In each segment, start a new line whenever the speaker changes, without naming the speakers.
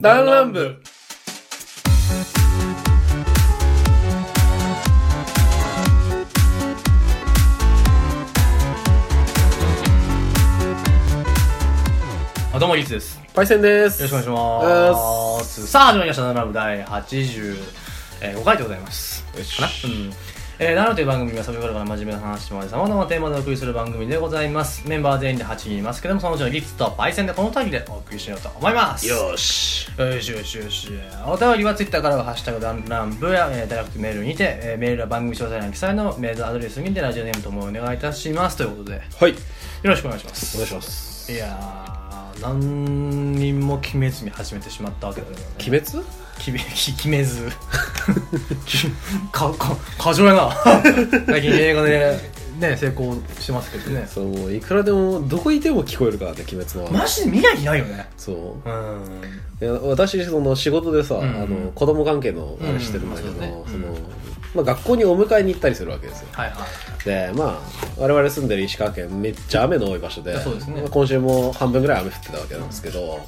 ダンラン部
あどうも、イーツです。よ
パイセンです
ろしくお願いし
お願いしま
ますす。さあ、始まりました、ナナブ第85回でございます。
よし
かなうん。えー、ナナブという番組はサビバルから真面目な話まで様々なテーマでお送りする番組でございます。メンバー全員で8人いますけども、そのうちのギッツとパイセンでこの度でお送りしようと思います。
よし
よしよしよし。お便りはツイッターからは、ハッシュタグダンランブや、えー、ダイレクトメールにて、えーメールは番組詳細欄記載のメールアドレスにてラジオネームともお願いいたします。ということで、よ
はい
ろしくお願いします。
お願いします
いやー何人も決めずに始めてしまったわけだよね
鬼滅
決め き決めずきかか過剰やな 最近映画でね成功してますけどね
そうもういくらでもどこいても聞こえるからね鬼滅の
マジで見ないないよね
そう
うん
いや私その仕事でさ、
ん
あの子供関係のあれしてるんだけど、
うんうん
そ
そうだ
の
ね
まあ、学校にお迎えに行ったりするわけですよ
はいはい
でまあ我々住んでる石川県めっちゃ雨の多い場所で
そうですね
まあ今週も半分ぐらい雨降ってたわけなんですけど、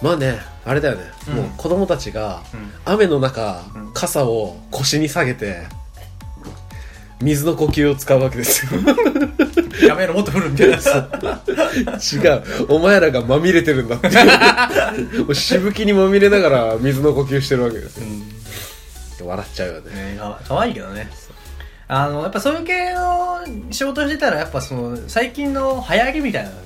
まあねあれだよね、
うん
もう子供たちが
うん
雨の中、
うん
傘を腰に下げて水の呼吸を使うわけです よ
やめろもっと降るみ たいなさ
違うお前らがまみれてるんだっていうも うしぶきにまみれながら水の呼吸してるわけです
う
よ
ん
笑っちゃうよね
ねかかわいいけどねあのやっぱそういう系の仕事してたらやっぱその最近の流行りみたいなの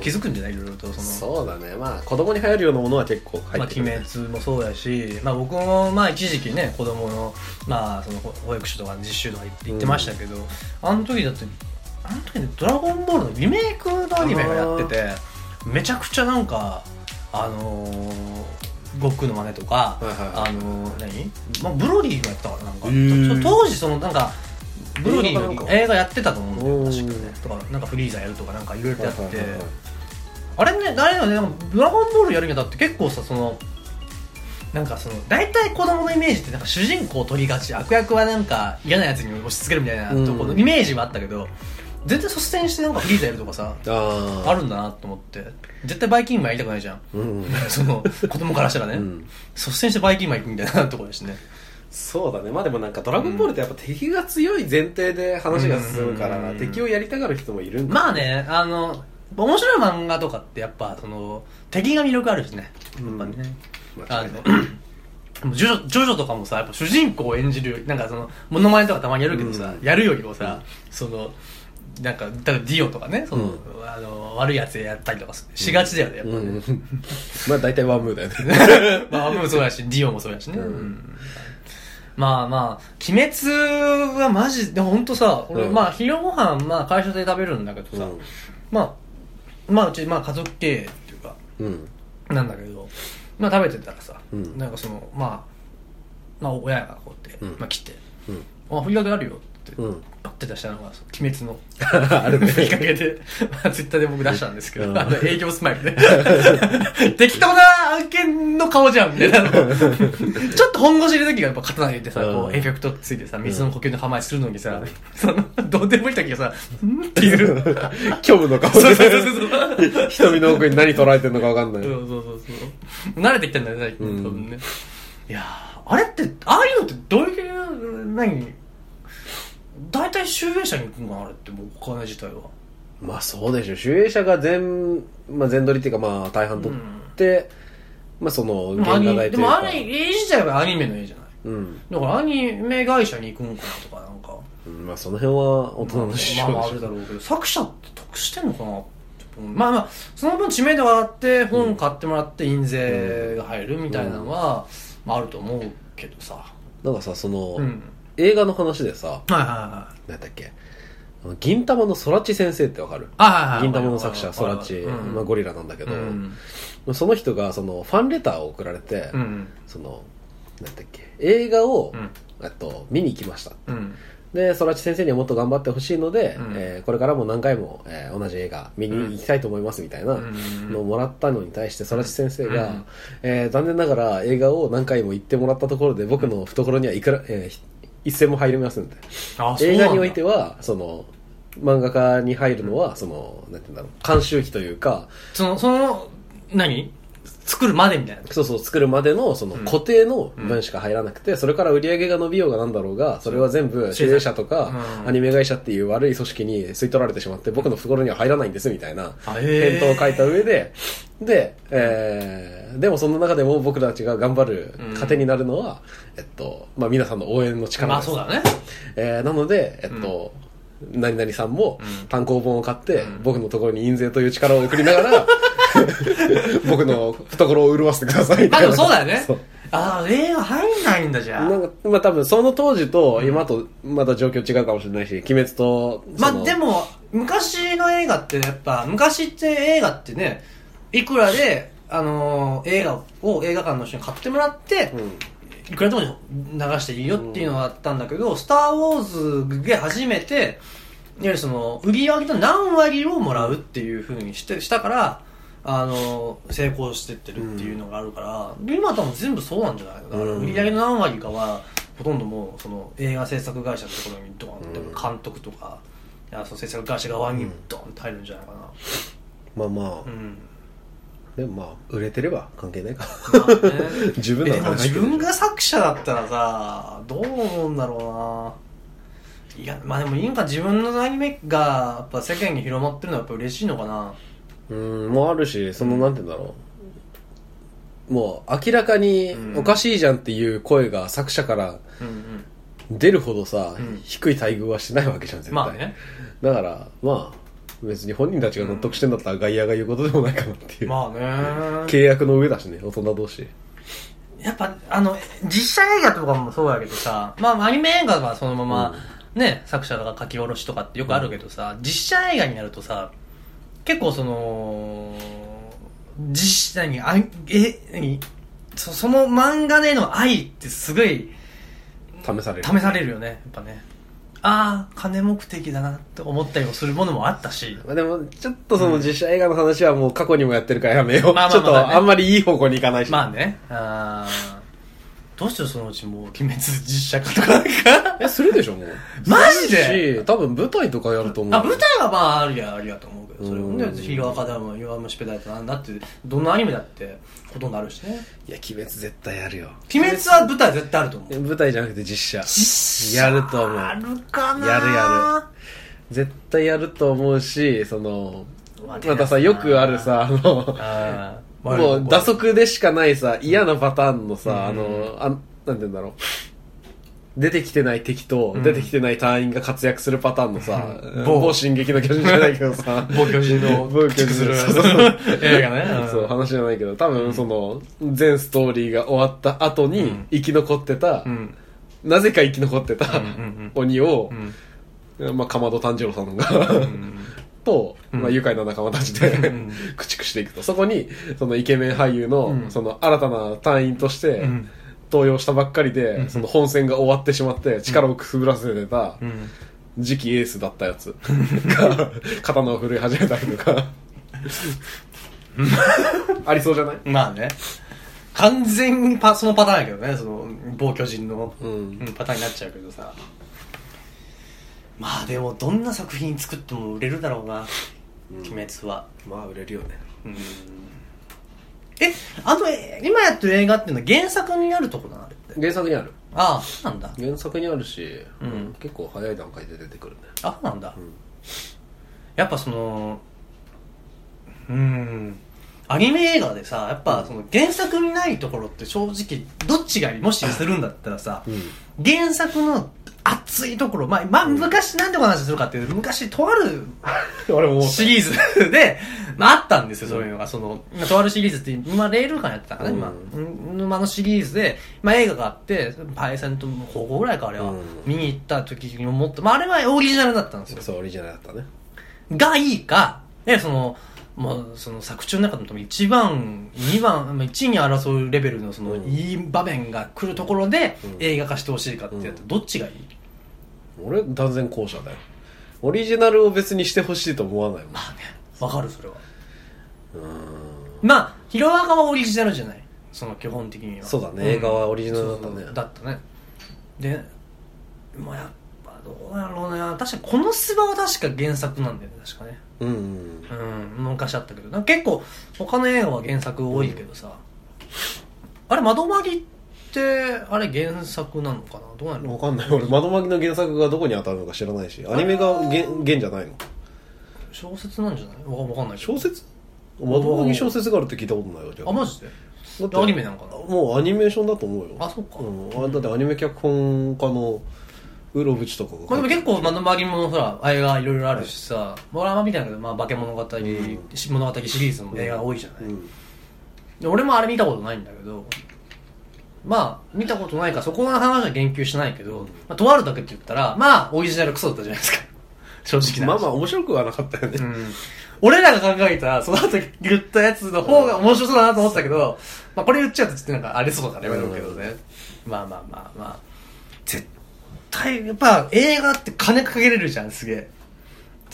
気づくんじゃないいろいろとその
そうだねまあ子供に流行るようなものは結構入
ま
っ
あ、
て
鬼
くる、ね
滅もそうやし、まあ、僕もまあ一時期ね子供のまあその保保育士とか実習とか行って行ってましたけど、あの時だってあの時ね「ドラゴンボール」のリメイクのアニメがやっててめちゃくちゃなんかあのー悟空の真似とか、
はいはいはい
あのー何、まあ、ブロリーもやってたからなんか、
へー
ちょ当時そのなんかブロリー
映画かなん
の
か
映画やってたと思うんだよ確か
うん
ねとかなんかフリーザやるとかなんかいろいろやって、
はいはいはいはい
あれね、誰よね、でもドラゴンボールやるにあたって結構さ、その、なんかその、大体子供のイメージってなんか主人公を取りがち、悪役はなんか嫌なやつに押し付けるみたいな
うん
ところのイメージはあったけど、全然率先してなんかフリーザやるとかさ、
あー
あるんだなと思って、絶対バイキングマンやりたくないじゃん。
う ん
その、子供からしたらね、
うん
率先してバイキングマン行くみたいなところですね。
そうだねまあでもなんか「ドラゴンボール」ってやっぱ敵が強い前提で話が進むから、
うん
敵をやりたがる人もいるんだ
まあね、あの、面白い漫画とかってやっぱ、その、敵が魅力あるしね。やっぱね。
間
あ
違いない
のジョジョジョジョとかもさやっぱ主人公を演じるよりなんかそのモノマネとかたまにやるけどさ、
う
やるよりもさ、そのなんかだからディオとかねその、
うん
あの悪いやつやったりとかすしがちだよねやっぱ
う
ね、
ん、 まあ大体ワンムーだよね
まあアムもそうやしディオもそうやしね、
うん
うんまあまあ、鬼滅はマジで、本当さ、俺、
うん
まあ、昼ご飯、まあ、会社で食べるんだけどさ、まあ、まあ、うち、まあ、家族経営っていうか、
うん
なんだけど、まあ食べてたらさ、
うん
なんかその、まあ、まあ親がこうやって、
うん
まあ来て、
うん
あ、ふりかけあるよって、
うん
パッて出したのが、その鬼滅 の
ある
ふりか
ね
けで、まあツイッターで僕出したんですけど、
うん
あの営業スマイルで。 適当な案件の顔じゃん、みた いなの。ちょっと本腰入れる時がやっぱ刀入れてさ、
うん
こうエフェクトついてさ、水の呼吸の構えするのにさ、その、どうでもいい時がさ、んっていう。
虚無の顔
そう
で
そうそうそう。
瞳の奥に何捉えてんのか分かんない、
そうそうそうそう慣れてきたんだよね最
う
近
ん
多分ね、いやーあれってああいうのってどういう何大体集英社に行くのかなあれってもうお金自体は
まあそうでしょ集英社が全、まあ、全取りっていうかまあ大半取って、まあその
でもア
原
ニ
画代
メ
とい
で
う
も
か
アニ絵自体はアニメの絵じゃない
うん、
だからアニメ会社に行くのかなとかなんか
うんまあその辺は大人の事情
まあまああるだろうけど作者って得してんのかなってまあまあその分知名度が上がって本買ってもらって印税が入るみたいなのは、まあ、あると思うけどさ
なんかさその、
うん
映画の話でさ、
はいはいはい
なんだっけあの銀魂の空知先生ってわかる
あはいはい
銀魂の作者空知、
うん
まあ、ゴリラなんだけど、
うん
その人がそのファンレターを送られて、
うん
そのなんだっけ映画を、
うん
えっと見に行きました
うん
で空知先生にはもっと頑張ってほしいので、
うん
えーこれからも何回も、えー同じ映画見に行きたいと思いますみたいなのをもらったのに対して空知先生が、
うん
えー残念ながら映画を何回も行ってもらったところで僕の懐にはいくら、えー一銭も入りませんって
あそう
映
なんだ
画においてはその漫画家に入るのはそのなんて言うんだろう監修費というか
そのその何作るまでみたいな
そうそう、作るまでの、その
うん
固定の分しか入らなくて、それから売り上げが伸びようがなんだろうが、それは全部、集英社とか、
うん
アニメ会社っていう悪い組織に吸い取られてしまって、僕の懐には入らないんです、みたいな、
あ
返
へ
答を書いた上で、で、えーでもその中でも僕たちが頑張る
うん
糧になるのは、えっと、まあ皆さんの応援の力で
まあ
す
そう。だね
えーなので、えっと、何々さんも
うん
単行本を買って、
うん
僕のところに印税という力を送りなが ら、僕の懐を潤わせてくださいみ
ま
た
あ
いな。
でもそうだよね
そう
ああ映画入んないんだじゃあ
なんか、まあ多分その当時と今とまた状況違うかもしれないし、鬼滅と、そ
まあ
の
で、も昔の映画ってやっぱ昔って映画ってねいくらであのー映画を映画館の人に買ってもらって、
うん
いくらでも流していいよっていうのがあったんだけど「スター・ウォーズ」で初めていわゆるその売り上げの何割をもらうっていうふうにしてしたからあの成功してってるっていうのがあるから、今は多分全部そうなんじゃないのだから
うん
売り上げの何割かはほとんどもうその映画制作会社のところにドーンって
うん
監督とか、いやその制作会社側にドーンって入るんじゃないか
まあまあ
な、 うん、
でもまあ、売れてれば関係ないか。
まあね
自分
え
な
で
ら
も
入
自
ってるでしょ
分が作者だったらさどう思うんだろうないやまあでもいいんか自分のアニメがやっぱ世間に広まってるのはやっぱ嬉しいのかな
うん、もあるし、その、なんて言うんだろう。もう、明らかに
うん
おかしいじゃんっていう声が作者から
うんうん
出るほどさ、
うん
低い待遇はしないわけじゃん、絶対。
まあね
だから、まあ、別に本人たちが納得してんだったら外野が言うことでもないかなっていう。
まあね
契約の上だしね、大人同士。
やっぱあの実写映画とかもそうやけどさまあアニメ映画がそのまま、ね作者が書き下ろしとかってよくあるけどさ、実写映画になるとさ結構その実写にあえ何そその漫画での愛ってすごい
試される。
試されるよねやっぱねああ金目的だなって思ったりもするものもあったし
まあでも、ちょっとその実写映画の話はもう過去にもやってるからやめよう。
まあ
ち
ま
ょっ
あまあまあね
とあんまりいい方向に行かないし。
まあねあーどうしてそのうちもう鬼滅実写化とかなんか
え、するでしょ、もう。
マジです
るし多分舞台とかやると思う。
あ舞台はまああるやあるやと思うけどそれもね
うん
ヒーローアカデミー弱虫ペダルとなんだってどんなアニメだってほとんどあるしね
いや、鬼滅絶対やるよ。
鬼滅は舞台絶対あると思う
え舞台じゃなくて実写。
実
やると思う
あるかな
やるや絶対やると思うし、その、
うわ
またさ、よくあるさ、あの、
あー
もう打足でしかないさ、嫌なパターンのさ、あ
うん
の、あ、なんて言うんだろう。出てきてない敵と
う、ん
出てきてない隊員が活躍するパターンのさ
うん、
某某進撃の巨人じゃないけどさ、
某巨人 の
某巨人
する
そうそうそう
映画ね
そう、話じゃないけど、多分その、全ストーリーが終わった後
う
に
ん、
生き残ってた
う、ん
なぜか生き残ってた
うんうん
鬼を
う、ん
まあ、かまど炭治郎さんが、
うん
と、
うん
まあ、愉快な仲間たちで、
うん
駆逐していくと。そこに、そのイケメン俳優の、
うん
その新たな隊員として
うん
登用したばっかりで、
うん
その本戦が終わってしまって、力をくすぶらせてた、
うん
次期エースだったやつが、 刀を振るい始めたりとか。ありそうじゃない
まあね完全にパそのパターンやけどねその某巨人の
うん
うんパターンになっちゃうけどさまあでもどんな作品作っても売れるだろうな「鬼滅は」
まあ、売れるよね。
うんえあのえ今やってる映画っていうのは原作になるとこだなあれって
原作にある。
ああそうなんだ
原作にあるし、
うん
結構早い段階で出てくるね。
あそうなんだ、
ん
やっぱそのうんアニメ映画でさやっぱその原作にないところって正直どっちがもしするんだったらさ、原作の熱いところ、まあ、まあ、昔なんでこの話するかっていうと昔とある
俺も思った
シリーズで、まあ、あったんですよ、そういうのが。その、とあるシリーズって、今、レール感やってたかな、
うん
今。うん、あのシリーズで、まあ、映画があって、パイセント高校ぐらいか、あれは、
うん
見に行った時に思った。まあ、あれはオリジナルだったんですよ。
そう、オリジナルだったね。
がいいか、ね、その、まあ、その作中の中でも多分1番、2番、まあ、1位に争うレベルのその、
うん
いい場面が来るところで
うん
映画化してほしいかってやったらどっちがいい、
俺断然後者だよオリジナルを別にしてほしいと思わないもん
まあね、わかるそれは。
う
まあ、ヒロアカはオリジナルじゃない。その基本的には。
そうだね
ん
映画はオリジナルだったね
そうそうだったね。で、まあやっぱどうやろうな確かこのスバは確か原作なんだよね確かね
うんうん
うん昔あったけどなんか結構他の映画は原作多いけどさ、あれ窓マギってあれ原作なのかなどうなの
わかんない俺窓巻きの原作がどこに当たるのか知らないしアニメがげ原じゃないの
小説なんじゃないわかわかんないけど
小説窓巻き小説があるって聞いたことないわけ
あマジで
だって
アニメなのかな
もうアニメーションだと思うよ
あそっか
うん、あだってアニメ脚本家のウロブチとかが
まあ、でも結構窓マギもほら映画いろいろあるしさドラマみたいなけど、まあ、化け物語、
ん
し物語シリーズも映画多いじゃない、
うん
で俺もあれ見たことないんだけどまあ見たことないからそこの話は言及しないけど、まあ、とあるだけって言ったらまあオリジナルクソだったじゃないですか 正直な
まあ
話
まあ面白くはなかったよね、
うん俺らが考えた、その後言ったやつの方が面白そうだなと思ったけど、まあこれ言っちゃうとちょっとなんかありそうだからやめろうけどね。まあまあまあまあ。絶対、やっぱ映画って金かけれるじゃん、すげえ。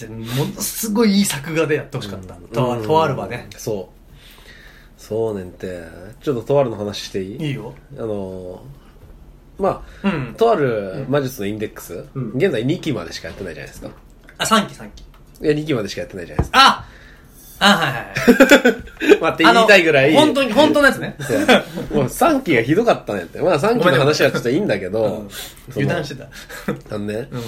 でものすごいいい作画でやってほしかった。と
うん
とあるはね。
そうそうねんてちょっととあるの話していい
いいよ。
あのーま
う
あ
ん。
とある魔術のインデックス、
うん
現在2期までしかやってないじゃないですか
あ、3期3期。
いや2期までしかやってないじゃないです
ああ、はいはいはい。
か待って言いたいぐらい
あの本当に、本当のやつね。
そう もう3期がひどかったねってまあ3期の話はちょっといいんだけ
う
ど
ん、
その
油断してた。
あのね、
うん。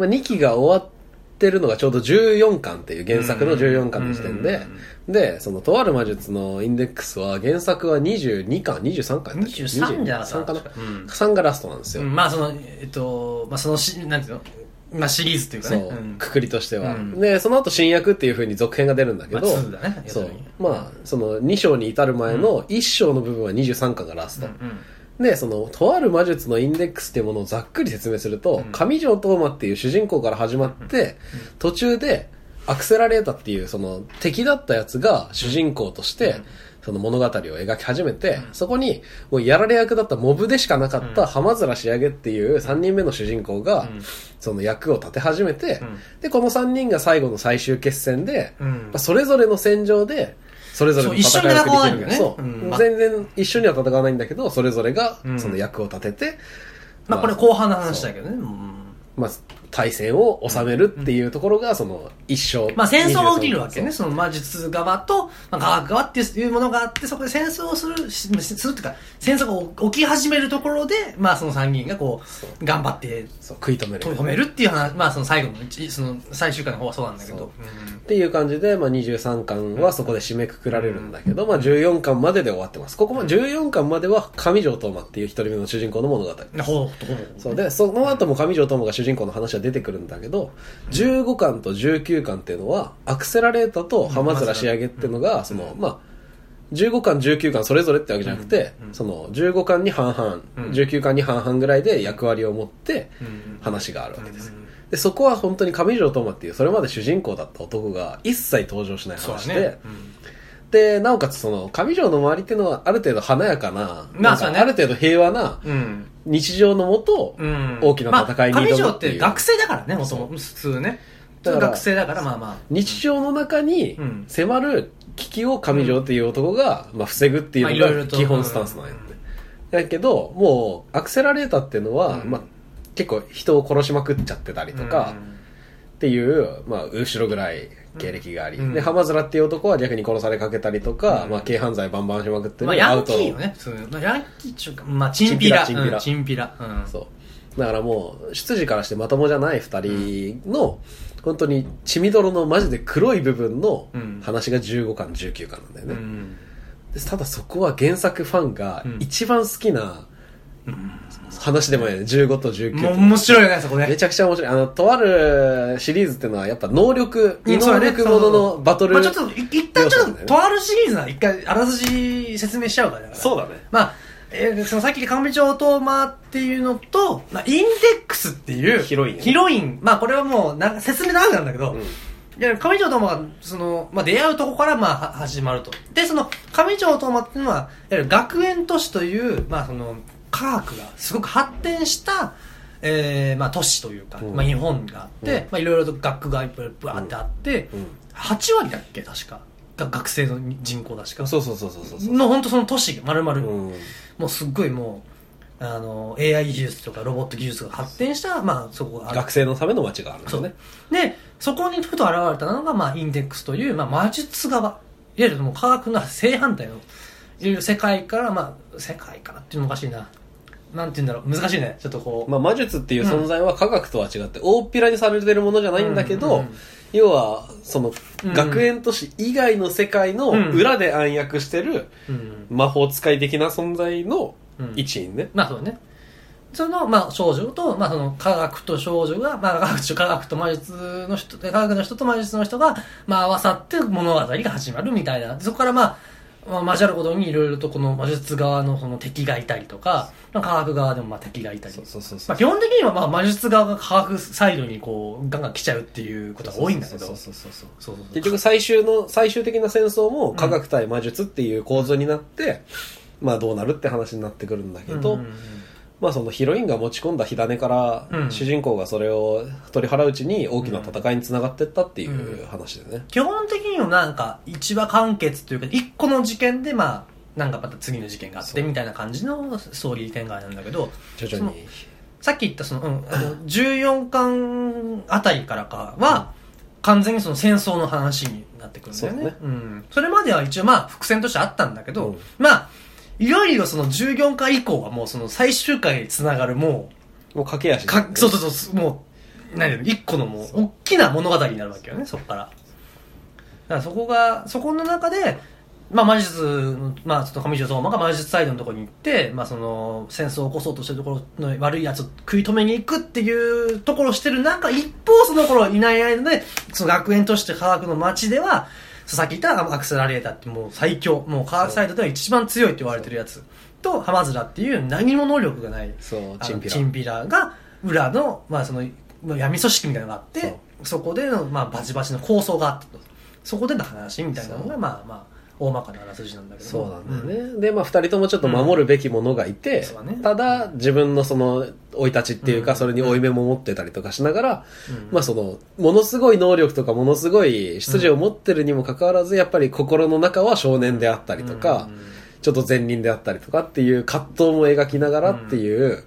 まあ、2期が終わってるのがちょうど14巻っていう原作の14巻の時点で、で、そのとある魔術のインデックスは原作は22巻、23巻やったっけ
23じゃなか
23
った
かな、
うん
3がラストなんですよ。
うんまあそのえっとまあそのしなんていうのまあシリーズというか
そ
ね
う、
ん
くくりとしては、
うん
で、その後新薬っていう風に続編が出るんだけ
まあ
ど、
2だね
そう
要するに。
まあ、その2章に至る前の1章の部分は23巻がラスト。で、その、とある魔術のインデックスっていうものをざっくり説明すると
うん、
上条東馬っていう主人公から始まって、途中で、アクセラレータっていう、その、敵だったやつが主人公として
うん、
その物語を描き始めて
う、ん
そこに、もうやられ役だったモブでしかなかっ
うん
た浜面仕上げっていう3人目の主人公が、その役を立て始めて、で、この3人が最後の最終決戦で、
うんうん
まあそれぞれの戦場で、それぞれの戦いを繰り広げる。
そう一緒に戦わないんだよね
そう。
うん
もう全然一緒には戦わないんだけど、それぞれが
うん
その役を立てて、
まあこれ後半の話だけどねうん
まあ、対戦を収めるっていうところが、その、一生。
まあ戦争が起きるわけね
そ
その魔術側とまあ科学側っていうものがあってそこで戦争をするしするっていうか戦争が起き始めるところでまあその3人がこ
そう
う頑張って
う。そう、食い止める。
止めるっていう話まあその最後のうちその最終回の方はそうなんだけ
そ
ど
うっていう感じで、まあ、23巻はそこで締めくくられるんだけど、
うん
まあ、14巻までで終わってます。ここも14巻までは上条東馬っていう一人目の主人公の物語。
うんほぼほぼほぼ
そうで、その後も上条友が主人公の話は出てくるんだけど、15巻と19巻っていうのは、アクセラレータと浜面仕上げっていうのが、その、まあ、15巻、19巻それぞれってわけじゃなくて
うんう、ん
その、15巻に半々、
うん
19巻に半々ぐらいで役割を持って
うん
話があるわけです。
うん
で、そこは本当に上条友っていう、それまで主人公だった男が一切登場しない
そう
話
だ
で、
ね
で、なおかつその、上条の周りっていうのはある程度華やかな、
まあ
なん
そう
か
だね
ある程度平和な
うん
日常のもと、
うん
大きな戦いに挑む
まあ、上条っ
ってい
て
う
学生だからね、もともと普通ね。
だから
学生だから、まあまあ。
日常の中に
うん
迫る危機を上条っていう男が、まあ、防ぐってい
まあ
う
いろいろ
のが
と
基本スタンスなんやね、だけどもうアクセラレーターっていうのは、
うん
まあ、結構人を殺しまくっちゃってたりとかっていう、まあ、後ろぐらい経歴があり、
うん
で浜面っていう男は逆に殺されかけたりとか、
うん
まあ、軽犯罪バンバンしまくって
うん
る、
まあ、ヤンキ
の
ーよね、普通まあ、ヤンキーっていうか、まあ、チンピラ。
チンピラ
うんチンピラ。うん
そうだからもう出自からしてまともじゃない2人の、本当に血みどろのマジで黒い部分の
うん
話が15巻19巻なんだよね、
うん
でただそこは原作ファンが
うん
一番好きな話でもいいね15と19
もう
と
面白いよね、そこ
め
ね。
ちゃくちゃ面白いあのとあるシリーズっていうのはやっぱ能力
うん
異能力もののバトル、
まあ、ちょっと、い一旦ちょ
要素な
っ
んだ
と、
よね
とあるシリーズなら一回、あらすじ説明しちゃうから。だから
そうだね
まあ、えーそのさっき神町トーマっていうのと、まあ、インデックスっていう
ヒロインね
ヒロインまあこれはもうなんか説明長くなんだけど、
うん
いや上条ともがその、まあ、出会うとこからまあは始まるとでその上条ともっていうのはいわゆる学園都市という、まあ、その科学がすごく発展した、えーまあ、都市というか、
うん
まあ、日本があって、
うん
まあ、いろいろと学区がいっぱいバーってあって、
うん
8割だっけ確かが学生の人口だしか
そうそうそうそうそう
の本当その都市が丸々、
うん
もうすっごいもうあの AI 技術とかロボット技術が発展した、まあ、そこがある
学生のための街があるんです
そ
よ
う
ね
ね。。で、そこにふと現れたのが、まあ、インデックスという、まあ、魔術側。いわゆるもう科学の正反対の、いる世界から、まあ、世界からっていうのもおかしいな。なんて言うんだろう。難しいね。ちょっとこう。
まあ、魔術っていう存在は科学とは違って、大っぴらにされてるものじゃないんだけど、
うんうん
要は、その
う、ん
学園都市以外の世界の
うん
裏で暗躍してる
うん。
魔法使い的な存在の
うん
一員ね。
まあ、そうね。その、まあ、少女と、まあ、その、科学と少女が、まあ、科学と、科学と魔術の人、科学の人と魔術の人が、まあ、合わさって物語が始まるみたいな。でそこから、まあ、まあ、交わることにいろいろとこの魔術側のその敵がいたりとか、まあ科学側でもまあ敵がいたり
そうそうそうそ
まあ、
う。
基本的にはまあ魔術側が科学サイドにこうガンガン来ちゃうっていうことが多いんだけど
そうそうそうそう。
そうそう
結局最終の、最終的な戦争も科学対魔術っていう構図になって、まあどうなるって話になってくるんだけど、
うんうんうん
まあそのヒロインが持ち込んだ火種から、
うん
主人公がそれを取り払ううちに大きな戦いにつながってったってい
うん
う話でね。
基本的にはなんか一話完結というか一個の事件でまあなんかまた次の事件があっ
そ
て
う
みたいな感じのストーリー展開なんだけど
徐々に。
さっき言ったその,、うん、あの14巻あたりからかは、完全にその戦争の話になってくるんだよね
そうだね
ん、それまでは一応まあ伏線としてあったんだけど、
うん
まあいよいよその14回以降はもうその最終回につながるも
もう駆け
う
足で、
かそうそうそうもう何だろう一個のもう大きな物語になるわけよねそこからだからそこがそこの中でまあ魔術の、まあちょっと上条相馬が魔術サイドのところに行って、まあその戦争を起こそうとしてるところの悪いやつを食い止めに行くっていうところをしてる中、一方その頃いない間で、その学園として科学の街では、さっき言ったアクセラレーターってもう最強、もう科学サイドでは一番強いって言われてるやつと、ハマズラっていう何も能力がない、
そう、
あの
チンピラ
チ。ンピラが裏の、まあ、そのまあ闇組織みたいなのがあって
そう
そこでの、まあ、バチバチの構想があったとそこでの話みたいなの
そ
が
う
まあまあ大まかなあらすじなんだけど
そうなんだよね。で、まあ二人ともちょっと守るべきものがいて、
そうだね
ただ自分のその生い立ちっていうか、
うん
それに負い目も持ってたりとかしながら、
うん
まあその、ものすごい能力とかものすごい出自を持ってるにもかかわらず、やっぱり心の中は少年であったりとか、
うん
ちょっと善人であったりとかっていう葛藤も描きながらっていう、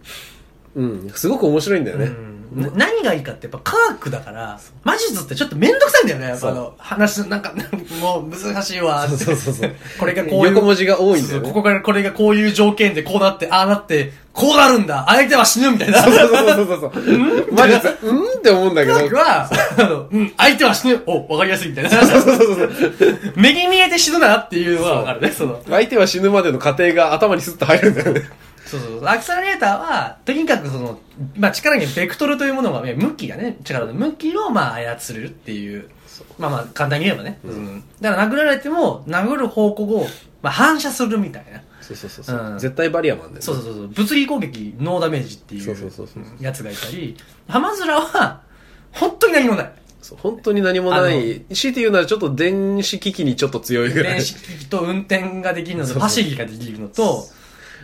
うん、すごく面白いんだよね。
うんな何がいいかってやっぱ科学だから魔術ってちょっと面倒くさいんだよねやっぱあの話なんかなんかもう難しいわ
そうそうそうそう。
これがこういう
横文字が多いんだよ
そうそう
ね
こ。こからこれがこういう条件でこうなってああなってこうなるんだ相手は死ぬみたいな
そうそうそうそうそう。魔術、うんって思うんだけど。
科学は、あの うん、相手は死ぬ、お、わかりやすいみたいな。目に見えて死ぬなっていうのはわかるね、その。
相手は死ぬまでの過程が頭にスッと入るんだよね。
そうそう。アクセラレーターは、とにかくその、まあ、力にベクトルというものが、ね、向きがね、力の向きをまあ操るっていう。まあまあ、簡単に言えばね。うん。だから殴られても、殴る方向を、まあ、反射するみたいな。
そうそうそうそう、
うん
絶対バリアマンだよね。
そうそうそうそう。物理攻撃、ノーダメージってい
そうそうそう
う
そう
やつがいたり、浜面は、本当に何もない。
そう本当に何もない。強いて言うならちょっと電子機器にちょっと強 いぐらい
電。子機器と運転ができるの
そう
と、
そう
パシリができるのと、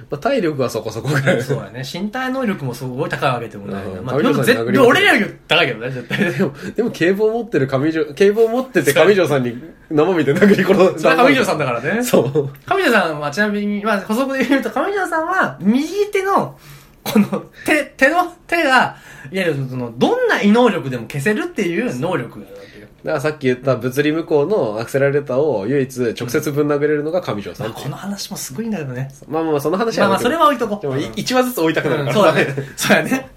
まあ、体力はそこそこぐらい。
そうだね。身体能力もすごい高いわけでもないな。
うん
まあ、
上
で
條さ
も
ん
絶
殴り
対
ますよ
俺らより高いけどね、絶 対。
でも、でも警棒持ってる上条、警棒持ってて上条さんに生身で殴り殺
それは上条さん
だ。
だからね。
そう。
上条さんはちなみに、まあ、補足で言うと、上条さんは、右手の、この手、手の、手が、いやいや、その、どんな異能力でも消せるっていう能力があるわけよ。
だからさっき言った物理無効のアクセラレーターを唯一直接ぶん殴れるのが上条さ
まあ、
ん。
この話もすごいんだけどね。
まあまあまあ、その話
ま
は
あまあ、それは置いとこう。
でも、
うん
一話ずつ追いたくなる
う
から。
んそうだね。そうだね。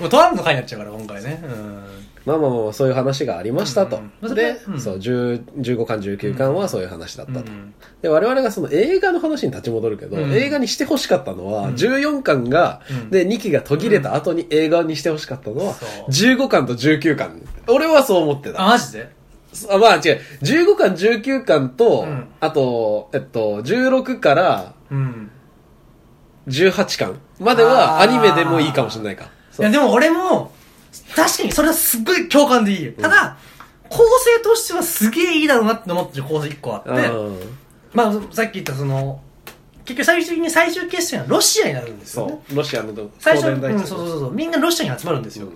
もう、とあるの回になっちゃうから、今回ね。うん。
まあまあまあ、そういう話がありましたと。
うん
で、
うん
そう、10 15巻、19巻はそういう話だったと。
うん
で、我々がその映画の話に立ち戻るけど、
うん
映画にして欲しかったのは、
うん
14巻が、
うん
で、2期が途切れた後に映画にして欲しかったのは
そう、
15巻と19巻。俺はそう思ってた。
あ、マジで
あまあ違う、15巻、19巻と、
うん
あと、えっと、16から
うん。
18巻まではアニメでもいいかもしれないか。
い
そう
やでも俺も、確かにそれはすっごい共感でいいよ。ただ、構成としてはすげえいいだろうなって思ってる構成1個あって、
うん
まあさっき言ったその、結局最終的に最終決戦はロシアになるんですよね
そ。う、ロシアのど
最
東
初、うん、
電大
そう
地
そうそうそう、みんなロシアに集まるんですよ。
うん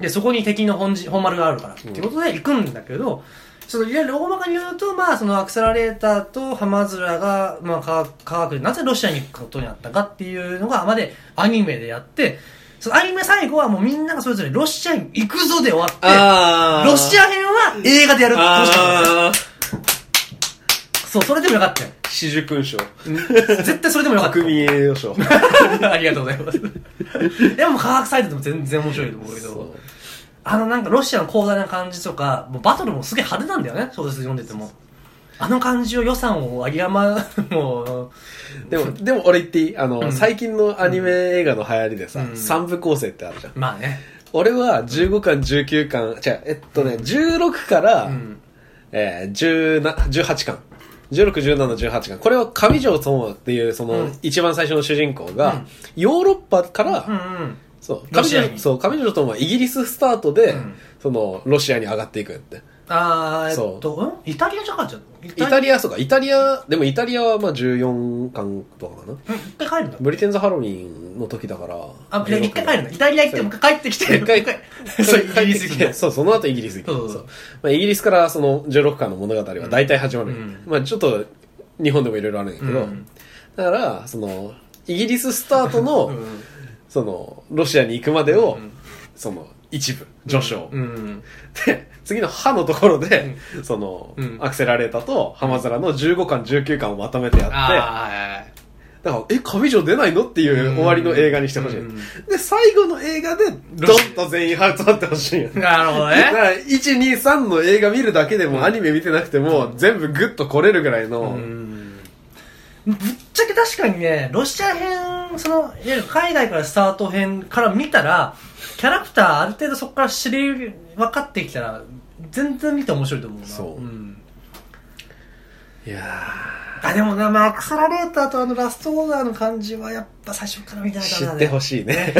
で、そこに敵の本じ本丸があるから、っていうことで行くんだけど、そのいや大まかに言うと、まあ、そのアクセラレーターとハマズラが、まあ、科学科学でなぜロシアに行くことになったかっていうのがまでアニメでやってそのアニメ最後はもうみんながそれぞれロシアに行くぞで終わって
あー
ロシア編は映画でやるってどうしたの
あ
そうそれでもよか ったよ
ー四十勲章
絶対それでもよかった
国民栄誉賞
ありがとうございます。でも科学サイトでも全然面白いと思うけ
そう
ど、あのなんかロシアの広大な感じとか、もうバトルもすげえ派手なんだよね、小説読んでても。あの感じを予算を有り余る、もう、
でもでも俺言っていいあの、
うん
最近のアニメ映画の流行りでさ、
うん
三部構成ってあるじゃん
まあね。
俺は15巻19巻違うえっとね16から、
うん。
えー、17 18巻161718巻これは上条友也っていうその、
うん
一番最初の主人公が、
うん
ヨーロッパから、
うんうん。
そう
ロ
上
シア
条
に
そう上条友也はイギリススタートで、
うん
そのロシアに上がっていくんやって
あー、え
そう
っと、うんイタリアじゃかじゃん。イ
イタ
リ
リアそうかイタリアでもイタリアはまあ14巻とかかな
ア。うん一回帰るんだ。
ブリテンズ・ハロウィンの時だから
あ、いや一回帰るんだ。イタリア行ってもう一回帰ってきて、
一回
そう、イギリス行って。
そう、その後イギリス行く。
うん
そうまあ、イギリスからその16巻の物語は大体始まる。
うん
まあちょっと日本でもいろいろあるんやけど、
うん
だから、その、イギリススタートの、
うん
その、ロシアに行くまでを、
うん
その、一部、序章。
うん。
で、次の歯のところで、その、
うん
アクセラレーターとハマザラの15巻、19巻をまとめてやって、
あーはいはいはい
だから、え、上条出ないのっていう終わりの映画にしてほしい。
うん
で、最後の映画で、ドンと全員集まってほ しいよね。
なるほど
だか
ね。
ら、1、2、3の映画見るだけでも、アニメ見てなくても、全部グッと来れるぐらいの、
ぶっちゃけ確かにね、ロシア編、その、いわゆる海外からスタート編から見たら、キャラクターある程度そこから知り、分かってきたら、全然見て面白いと思うな。
そうんいや
あ、でもな、まあ、アクセラレーターとあのラストオーダーの感じは、やっぱ最初から見た
ー、
い
知
かな
っ
ね。
てほしいね。